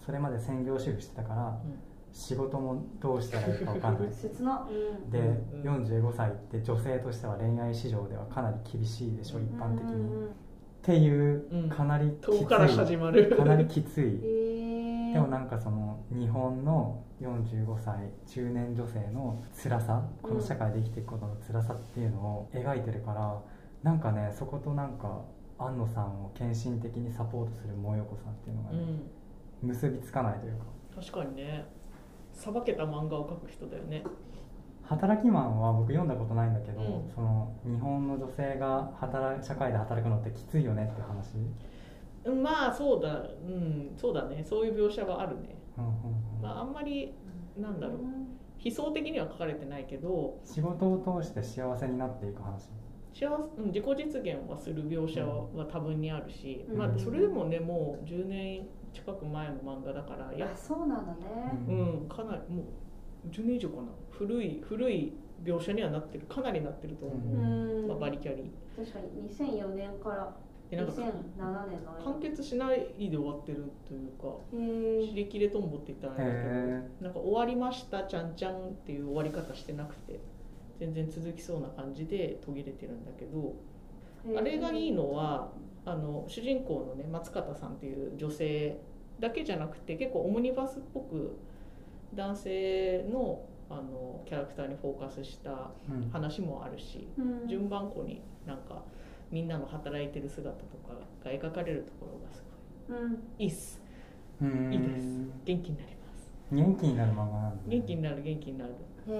Speaker 2: それまで専業主婦してたから
Speaker 3: うん
Speaker 2: 仕事もどうしたらいいか分かんない
Speaker 1: ん切なうん
Speaker 2: で、
Speaker 3: うん
Speaker 2: 45歳って女性としては恋愛市場ではかなり厳しいでしょ一般的に、
Speaker 1: うんうんうん
Speaker 2: っていう
Speaker 3: うん
Speaker 2: かなりきつい、
Speaker 3: 遠から始まる
Speaker 2: かなりきつい
Speaker 1: えー、
Speaker 2: でもなんかその日本の45歳中年女性の辛さこの社会で生きていくことの辛さっていうのを描いてるからなんかねそことなんか庵野さんを献身的にサポートする萌子さんっていうのが
Speaker 3: う
Speaker 2: ね、
Speaker 3: ん
Speaker 2: 結びつかないというか
Speaker 3: 確かにねさばけた漫画を描く人だよね
Speaker 2: 「働きマン」は僕読んだことないんだけど、
Speaker 3: うん
Speaker 2: その日本の女性が働社会で働くのってきついよねって話、
Speaker 3: うんまあそうだうんそうだねそういう描写はあるね
Speaker 2: うんうんうん
Speaker 3: まああんまりなんだろう悲壮的には書かれてないけど
Speaker 2: 仕事を通して幸せになっていく話
Speaker 3: 幸せ、うん、自己実現はする描写は多分にあるし、
Speaker 1: うん
Speaker 3: まあ、それでもねもう10年近く前の漫画だからや
Speaker 1: あそうなんだね、
Speaker 2: う
Speaker 3: うんんかなりもう10年以上かな古い古い描写にはなってるかなりなってると思
Speaker 1: う
Speaker 2: う
Speaker 3: う、
Speaker 1: ん
Speaker 3: まあ、バリキャリ
Speaker 1: 確かに2004年から
Speaker 3: ーでなんか
Speaker 1: 2007年の間
Speaker 3: 完結しないで終わってるというか
Speaker 1: へ
Speaker 3: 「
Speaker 1: ー
Speaker 3: 尻切れとんぼ」って言ったらあれだけど、
Speaker 2: へ
Speaker 3: なんか「終わりましたちゃんちゃん」っていう終わり方してなくて全然続きそうな感じで途切れてるんだけど
Speaker 1: へー
Speaker 3: あれがいいのはあの主人公のね松方さんっていう女性だけじゃなくて結構オムニバスっぽく男性のあのキャラクターにフォーカスした
Speaker 2: えうん
Speaker 3: 話もあるし
Speaker 1: うん
Speaker 3: 順番こになんかみんなの働いてる姿とかが描かれるところがす
Speaker 1: うん
Speaker 3: ごいいいっす
Speaker 2: うん
Speaker 3: いいです元気になります
Speaker 2: 元気になる漫画なんだね
Speaker 3: 元気になる元気になる
Speaker 1: へ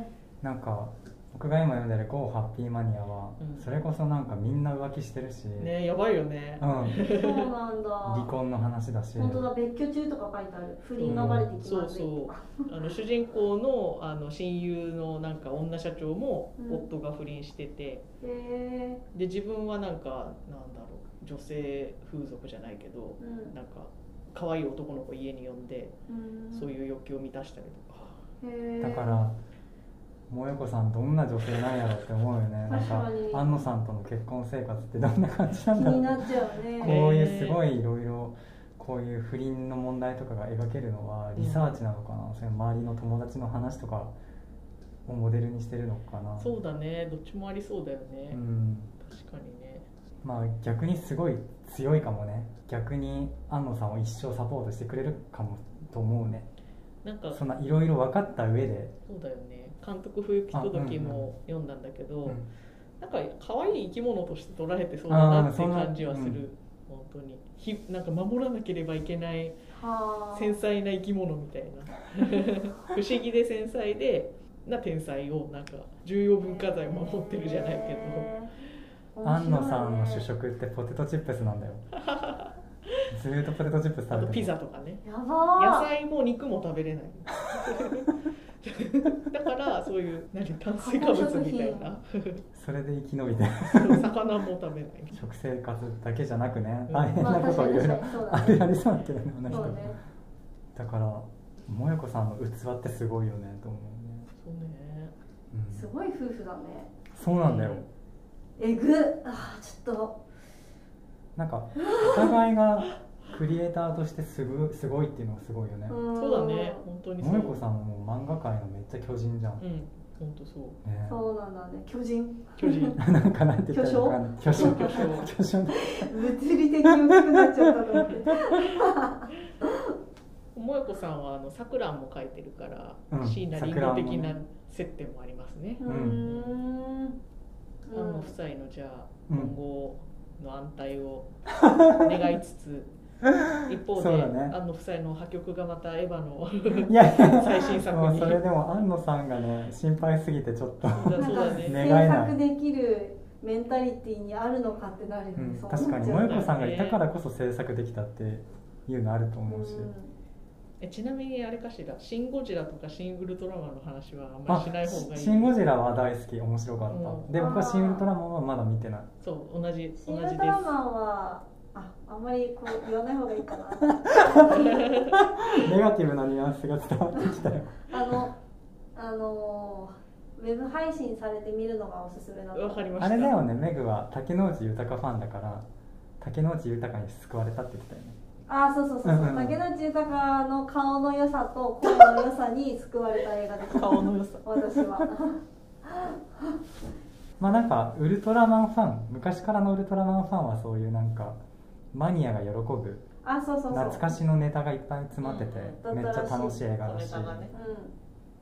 Speaker 1: え
Speaker 2: なんか僕が今読んでる「GO! ハッピーマニアは」
Speaker 3: うん
Speaker 2: それこそなんかみんな浮気してるし、
Speaker 3: ねやばいよね
Speaker 2: うん、
Speaker 1: そうなんだ
Speaker 2: 離婚の話だし
Speaker 1: 本当だ別居中とか書いてある不倫がバレてき
Speaker 3: そ
Speaker 1: ま
Speaker 3: う
Speaker 1: ずいとか
Speaker 3: そうあの主人公のあの親友のなんか女社長も
Speaker 1: うん
Speaker 3: 夫が不倫してて、
Speaker 1: へえ
Speaker 3: で自分はなんかなんだろう女性風俗じゃないけど
Speaker 1: うん
Speaker 3: なんか可愛い男の子家に呼んで、
Speaker 1: うん
Speaker 3: そういう欲求を満たしたりとか、
Speaker 1: へえ
Speaker 2: だから萌子さんどんな女性なんやろって思うよねなん
Speaker 1: 確
Speaker 2: か
Speaker 1: かに
Speaker 2: 安野さんとの結婚生活ってどんな感じな
Speaker 1: 気
Speaker 2: んだろ
Speaker 1: に
Speaker 2: う
Speaker 1: なっちゃうね
Speaker 2: こういうすごいいろいろこういう不倫の問題とかが描けるのはリサーチなのかな、それ周りの友達の話とかをモデルにしてるのかな
Speaker 3: そうだねどっちもありそうだよね、
Speaker 2: うん
Speaker 3: 確かにね
Speaker 2: まあ逆にすごい強いかもね逆に安野さんを一生サポートしてくれるかもと思うね
Speaker 3: なんか
Speaker 2: そんないろいろ分かった上で、
Speaker 3: そうだよね監督不行き届きも読んだんだけど、
Speaker 2: うん
Speaker 3: なんか可愛い生き物として捉えてそうだな
Speaker 2: あー
Speaker 3: って
Speaker 2: そんな
Speaker 3: 感じはする、
Speaker 2: うん
Speaker 3: 本当にひなんか守らなければいけない
Speaker 1: はあ
Speaker 3: 繊細な生 き物みたいな不思議で繊細でな天才をなんか重要文化財を守ってるじゃないけど
Speaker 1: へえ
Speaker 2: 安野さんの主
Speaker 1: 面白
Speaker 2: 食ってポテトチップス なんだよずーっとポテトチップス食べ
Speaker 3: あと
Speaker 2: てる
Speaker 3: ピザとかね
Speaker 1: いねや
Speaker 3: 野
Speaker 1: ばー
Speaker 3: 菜も肉も食べれない だからそういう何炭水化物みたいな
Speaker 2: それで生き延びて
Speaker 3: そう魚も食べない
Speaker 2: 食生活だけじゃなくね
Speaker 3: うん
Speaker 2: 大変
Speaker 1: ま
Speaker 2: な
Speaker 1: あ
Speaker 2: こ
Speaker 1: 確
Speaker 2: と
Speaker 1: か
Speaker 2: をい
Speaker 1: に
Speaker 2: ろい
Speaker 1: 確か
Speaker 2: ろ
Speaker 1: にそう
Speaker 2: あ
Speaker 1: だ
Speaker 2: れ
Speaker 1: ね
Speaker 2: やりそうだけどね同じ
Speaker 1: そう
Speaker 2: 人
Speaker 1: ね
Speaker 2: だから萌子さんの器ってすごいよねと思うね、
Speaker 3: そうね
Speaker 2: うん
Speaker 1: すごい夫婦だね
Speaker 2: そうなんだよ、
Speaker 1: えぐあーちょっと
Speaker 2: なんかお互いがクリエイターとしてすごすごいっていうのがすごいよね
Speaker 1: うん
Speaker 3: そうだね本当にそう
Speaker 2: 萌子さんももう漫画界のめっちゃ巨人じゃん、ね
Speaker 3: うん本当そう
Speaker 1: そうなんだね巨人
Speaker 3: 巨人
Speaker 2: なんかなんて言ったらいいのかな巨
Speaker 3: 巨
Speaker 2: 匠
Speaker 3: 匠
Speaker 2: 巨匠
Speaker 1: 物理的に大きくなっちゃったと思って
Speaker 3: 萌子さんはあのさくらんも描いてるから
Speaker 2: うん
Speaker 3: 椎名林檎
Speaker 2: さく
Speaker 3: 的
Speaker 2: ら
Speaker 3: なん
Speaker 2: もね
Speaker 3: 接点もありますね
Speaker 1: うーん
Speaker 3: あの夫妻のじゃあ
Speaker 2: うん
Speaker 3: 今後の安泰を願いつ つ一方で、
Speaker 2: そうだね
Speaker 3: あの夫妻の破局がまたエヴァ の
Speaker 2: いやいや
Speaker 3: 最新作
Speaker 2: もう
Speaker 3: に
Speaker 2: それでも安野さんがね心配すぎてちょっと、
Speaker 3: そうだそうだね
Speaker 2: ね
Speaker 1: 制作できるメンタリティにあるのかってなるよ
Speaker 2: う
Speaker 1: ね
Speaker 2: ん、
Speaker 1: そう
Speaker 2: 確かに
Speaker 1: 思っ
Speaker 2: 萌
Speaker 1: ちゃう
Speaker 2: 子さんがいたからこそ制作できたっていうのあると思うし、
Speaker 3: えちなみにあれかしら「シン・ゴジラ」とか「シン・ウルトラマン」の話はあんまり
Speaker 2: あ
Speaker 3: しない方がいい
Speaker 2: シン・ゴジラは大好き面白かった、
Speaker 3: うん
Speaker 2: で僕は
Speaker 1: あー
Speaker 2: シン・ウルトラマンはまだ見てない
Speaker 3: そう同じ
Speaker 1: シ
Speaker 3: 同
Speaker 1: ン・ウ
Speaker 3: じで
Speaker 1: ル
Speaker 3: す
Speaker 1: トラマンはああんまりこう言わない方がいいか な
Speaker 2: ネガティブなニュアンスが伝わってきたよ
Speaker 1: あのあのウェブ配信されて見るのがおすすめなの
Speaker 3: わかりました
Speaker 2: あれだよねメグは竹野内豊ファンだから竹野内豊に救われたって言ってたよね
Speaker 1: あそうそうそう
Speaker 2: うん
Speaker 1: そ
Speaker 2: うんう
Speaker 1: うん竹内豊の顔の良さと声の良さに救われた映画です
Speaker 3: 顔の良さ
Speaker 1: 私は
Speaker 2: まあなんかウルトラマンファン昔からのウルトラマンファンはそういうなんかマニアが喜ぶ
Speaker 1: あそうそうそう
Speaker 2: 懐かしのネタがいっぱい詰まってて
Speaker 1: うんうん
Speaker 2: めっちゃ楽しい映画だし
Speaker 3: ネタがね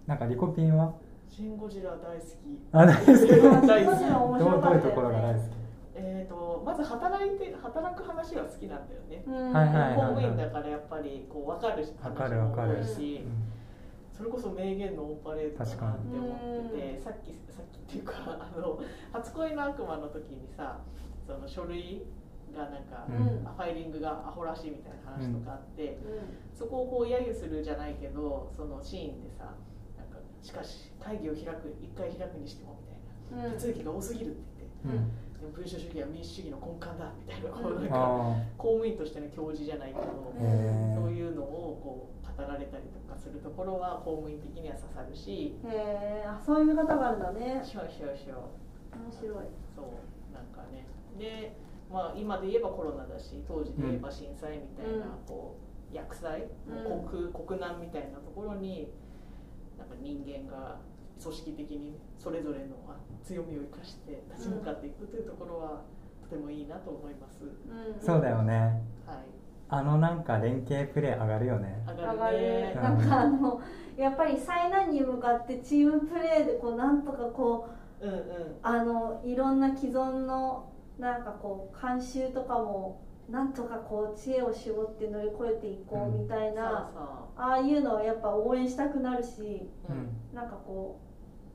Speaker 1: う
Speaker 2: なんかリコピンは
Speaker 3: シン・ゴジラ大好き
Speaker 2: あ大好きどう
Speaker 1: うん
Speaker 3: 大好
Speaker 1: ゴジラ面
Speaker 2: ど
Speaker 1: 白か
Speaker 2: う
Speaker 1: った
Speaker 2: い
Speaker 1: よ
Speaker 2: うところが大好
Speaker 1: ね
Speaker 2: き
Speaker 3: えー、とまず働いて働く話が好きなんだよね、
Speaker 1: うん
Speaker 2: はいはい
Speaker 3: 公務員だからやっぱりこう分かる話
Speaker 2: わかるわかる
Speaker 3: も多いし、
Speaker 2: うん
Speaker 3: それこそ名言のオンパレードだ
Speaker 2: 確
Speaker 3: なって
Speaker 2: かに
Speaker 3: 思っててさっきさっきっていうかあの初恋の悪魔の時にさその書類がなんか、
Speaker 2: うん
Speaker 1: うん
Speaker 3: ファイリングがアホらしいみたいな話とかあって、そこをこう揶揄するじゃないけどそのシーンでさなんかしかし会議を開く一回開くにしてもみたいな
Speaker 1: うんうん
Speaker 3: 手続きが多すぎるって言って。
Speaker 2: うん
Speaker 3: でも文書主義は民主主義の根幹だみたいなこ
Speaker 1: う
Speaker 3: うんなんか
Speaker 2: あ
Speaker 3: 公務員としての教授じゃないけど、
Speaker 2: ーへ
Speaker 3: そう
Speaker 2: ー
Speaker 3: いうのをこう語られたりとかするところは公務員的には刺さるし、
Speaker 1: へえあそういう方があるんだね
Speaker 3: しょしょしょ、
Speaker 1: 面白い
Speaker 3: そうなんかね。で、まあ今で言えばコロナだし、当時で言えば震災みたいな、
Speaker 1: うん
Speaker 3: こう薬災、
Speaker 1: うん
Speaker 3: 国国難みたいなところに、なんか人間が組織的にそれぞれのあ強みを生かして立ち向かっていくというところは、とてもいいなと思います。
Speaker 1: うん
Speaker 2: ーそうだよね
Speaker 3: はい。
Speaker 2: あのなんか連携プレー上がるよね
Speaker 1: 上
Speaker 3: 上
Speaker 1: が
Speaker 3: がる
Speaker 1: る
Speaker 3: ね。
Speaker 1: なんかあのやっぱり災難に向かってチームプレーでこうなんとかこう
Speaker 3: うんうん。
Speaker 1: あのいろんな既存のなんかこう慣習とかもなんとかこう知恵を絞って乗り越えていこうみたいな、
Speaker 3: そ
Speaker 1: ああいうのをやっぱ応援したくなるし
Speaker 2: う
Speaker 3: うそう。
Speaker 2: ん
Speaker 1: なんかこう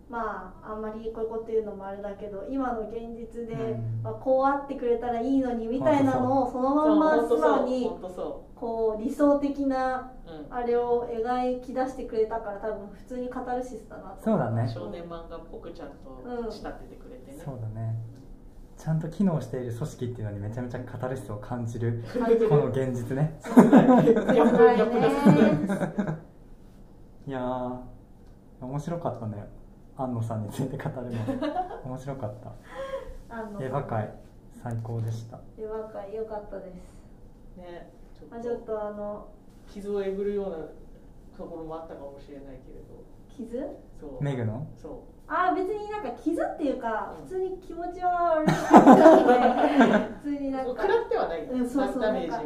Speaker 1: まああんまりこういうこと言うのもあれだけど今の現実で、
Speaker 2: うん
Speaker 1: まあ、こうあってくれたらいいのにみたいなのをそのまんま素直に
Speaker 3: 本当そ
Speaker 1: こう理想的な
Speaker 3: う。うん。
Speaker 1: あれを描き出してくれたから多分普通にカタルシスだなと
Speaker 2: そうだね
Speaker 3: 少年漫画っぽくちゃんと仕立ててくれてね。
Speaker 2: そうだねちゃんと機能している組織っていうのにめちゃめちゃカタルシスを感じる
Speaker 1: 感じる
Speaker 2: この現実ね
Speaker 3: ギャップギ
Speaker 1: 切ないね
Speaker 3: ャップ出す。
Speaker 2: いやー面白かったね安野さんについて語るの面白かった
Speaker 1: あの
Speaker 2: 映画界最高でした
Speaker 1: エヴァ界良かったです
Speaker 3: ね。ち
Speaker 1: まあ
Speaker 3: ょっ
Speaker 1: ちょ
Speaker 3: と
Speaker 1: っとあの
Speaker 3: 傷をえぐるようなところもあったかもしれないけれど、
Speaker 1: 傷
Speaker 3: そう。
Speaker 2: メグの
Speaker 3: そ
Speaker 1: ああ別になんか傷っていうか
Speaker 3: うん
Speaker 1: 普通に気持ちは悪いので普通に
Speaker 3: う。
Speaker 1: なん
Speaker 3: 食
Speaker 1: から
Speaker 3: ってはないよ。
Speaker 1: うんそうそう
Speaker 3: ダメージは。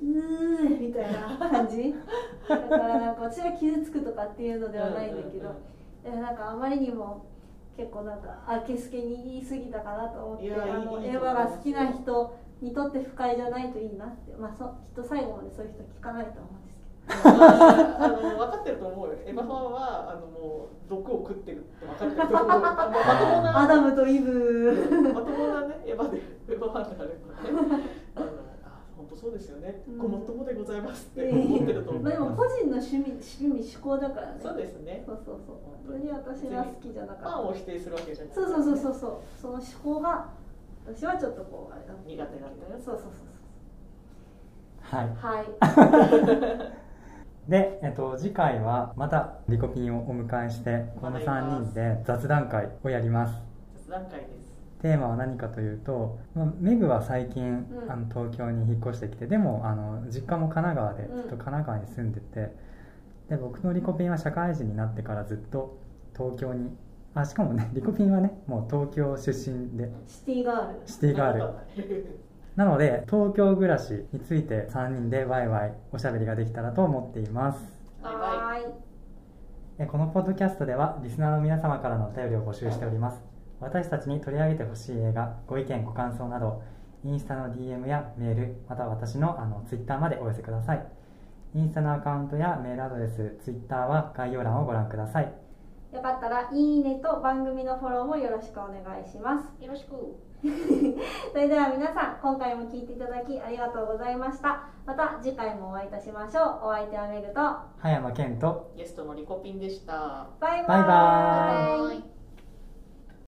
Speaker 1: うーんみたいな感じだからなんか私が傷つくとかっていうのではないんだけどいやなんかあまりにも結構なんかあけすけに言い過ぎたかなと思って
Speaker 3: いや
Speaker 1: あの
Speaker 3: いいいい
Speaker 1: エヴァが好きな人にとって不快じゃないといいなってまあそきっと最後までそういう人聞かないと思うんですけど
Speaker 3: あの分かってると思うよ。エヴァファンはあのもう毒を食ってるって分かってると思うよ。まともな
Speaker 1: アダムとイブ
Speaker 3: まともなね、エヴァで、エヴァファンであればね。あのあ本当そうですよね
Speaker 1: うん。
Speaker 3: ごもっともでございますって思ってると思う。
Speaker 1: まあでも個人の趣味趣味趣向だからね
Speaker 3: そうですね。
Speaker 1: そうそうそうそれに私が好きじゃな
Speaker 3: フ
Speaker 1: かっ
Speaker 3: ァン
Speaker 1: た
Speaker 3: を否定するわけじゃない。
Speaker 1: そうそうそうそうそうその趣向が私はちょっとこうあれだ
Speaker 3: 苦手だったよ
Speaker 1: そうそうそうそ
Speaker 2: は
Speaker 1: うはい
Speaker 2: いで、えっと、次回はまたリコピンをお迎えしてこの3人で雑談会をやります
Speaker 3: 雑談会です。
Speaker 2: テーマは何かというと、まあ、メグは最近、
Speaker 1: うん
Speaker 2: あの東京に引っ越してきてでもあの実家も神奈川で
Speaker 1: うん
Speaker 2: ずっと神奈川に住んでて、で僕のリコピンは社会人になってからずっと東京にあしかもねリ コピンはねもう東京出身で
Speaker 1: シティガール
Speaker 2: シティ ガール
Speaker 3: ル。
Speaker 2: なので東京暮らしについて3人でワイワイおしゃべりができたらと思っています
Speaker 3: バイバイ。
Speaker 1: はーい
Speaker 2: えこのポッドキャストではリスナーの皆様からのお便りを募集しております私たちに取り上げてほしい映画ご意見ご感想などインスタの DM やメールまたは私のあの Twitter までお寄せくださいインスタのアカウントやメールアドレス Twitter は概要欄をご覧ください
Speaker 1: よかったらいいねと番組のフォローもよろしくお願いします。
Speaker 3: よろしく。
Speaker 1: それでは皆さん、今回も聞いていただきありがとうございました。また次回もお会いいたしましょう。お相手はめぐと、
Speaker 2: 葉山健と
Speaker 3: ゲストのリコピンでした。
Speaker 1: バイバーイ。
Speaker 2: バイバーイ
Speaker 3: イ。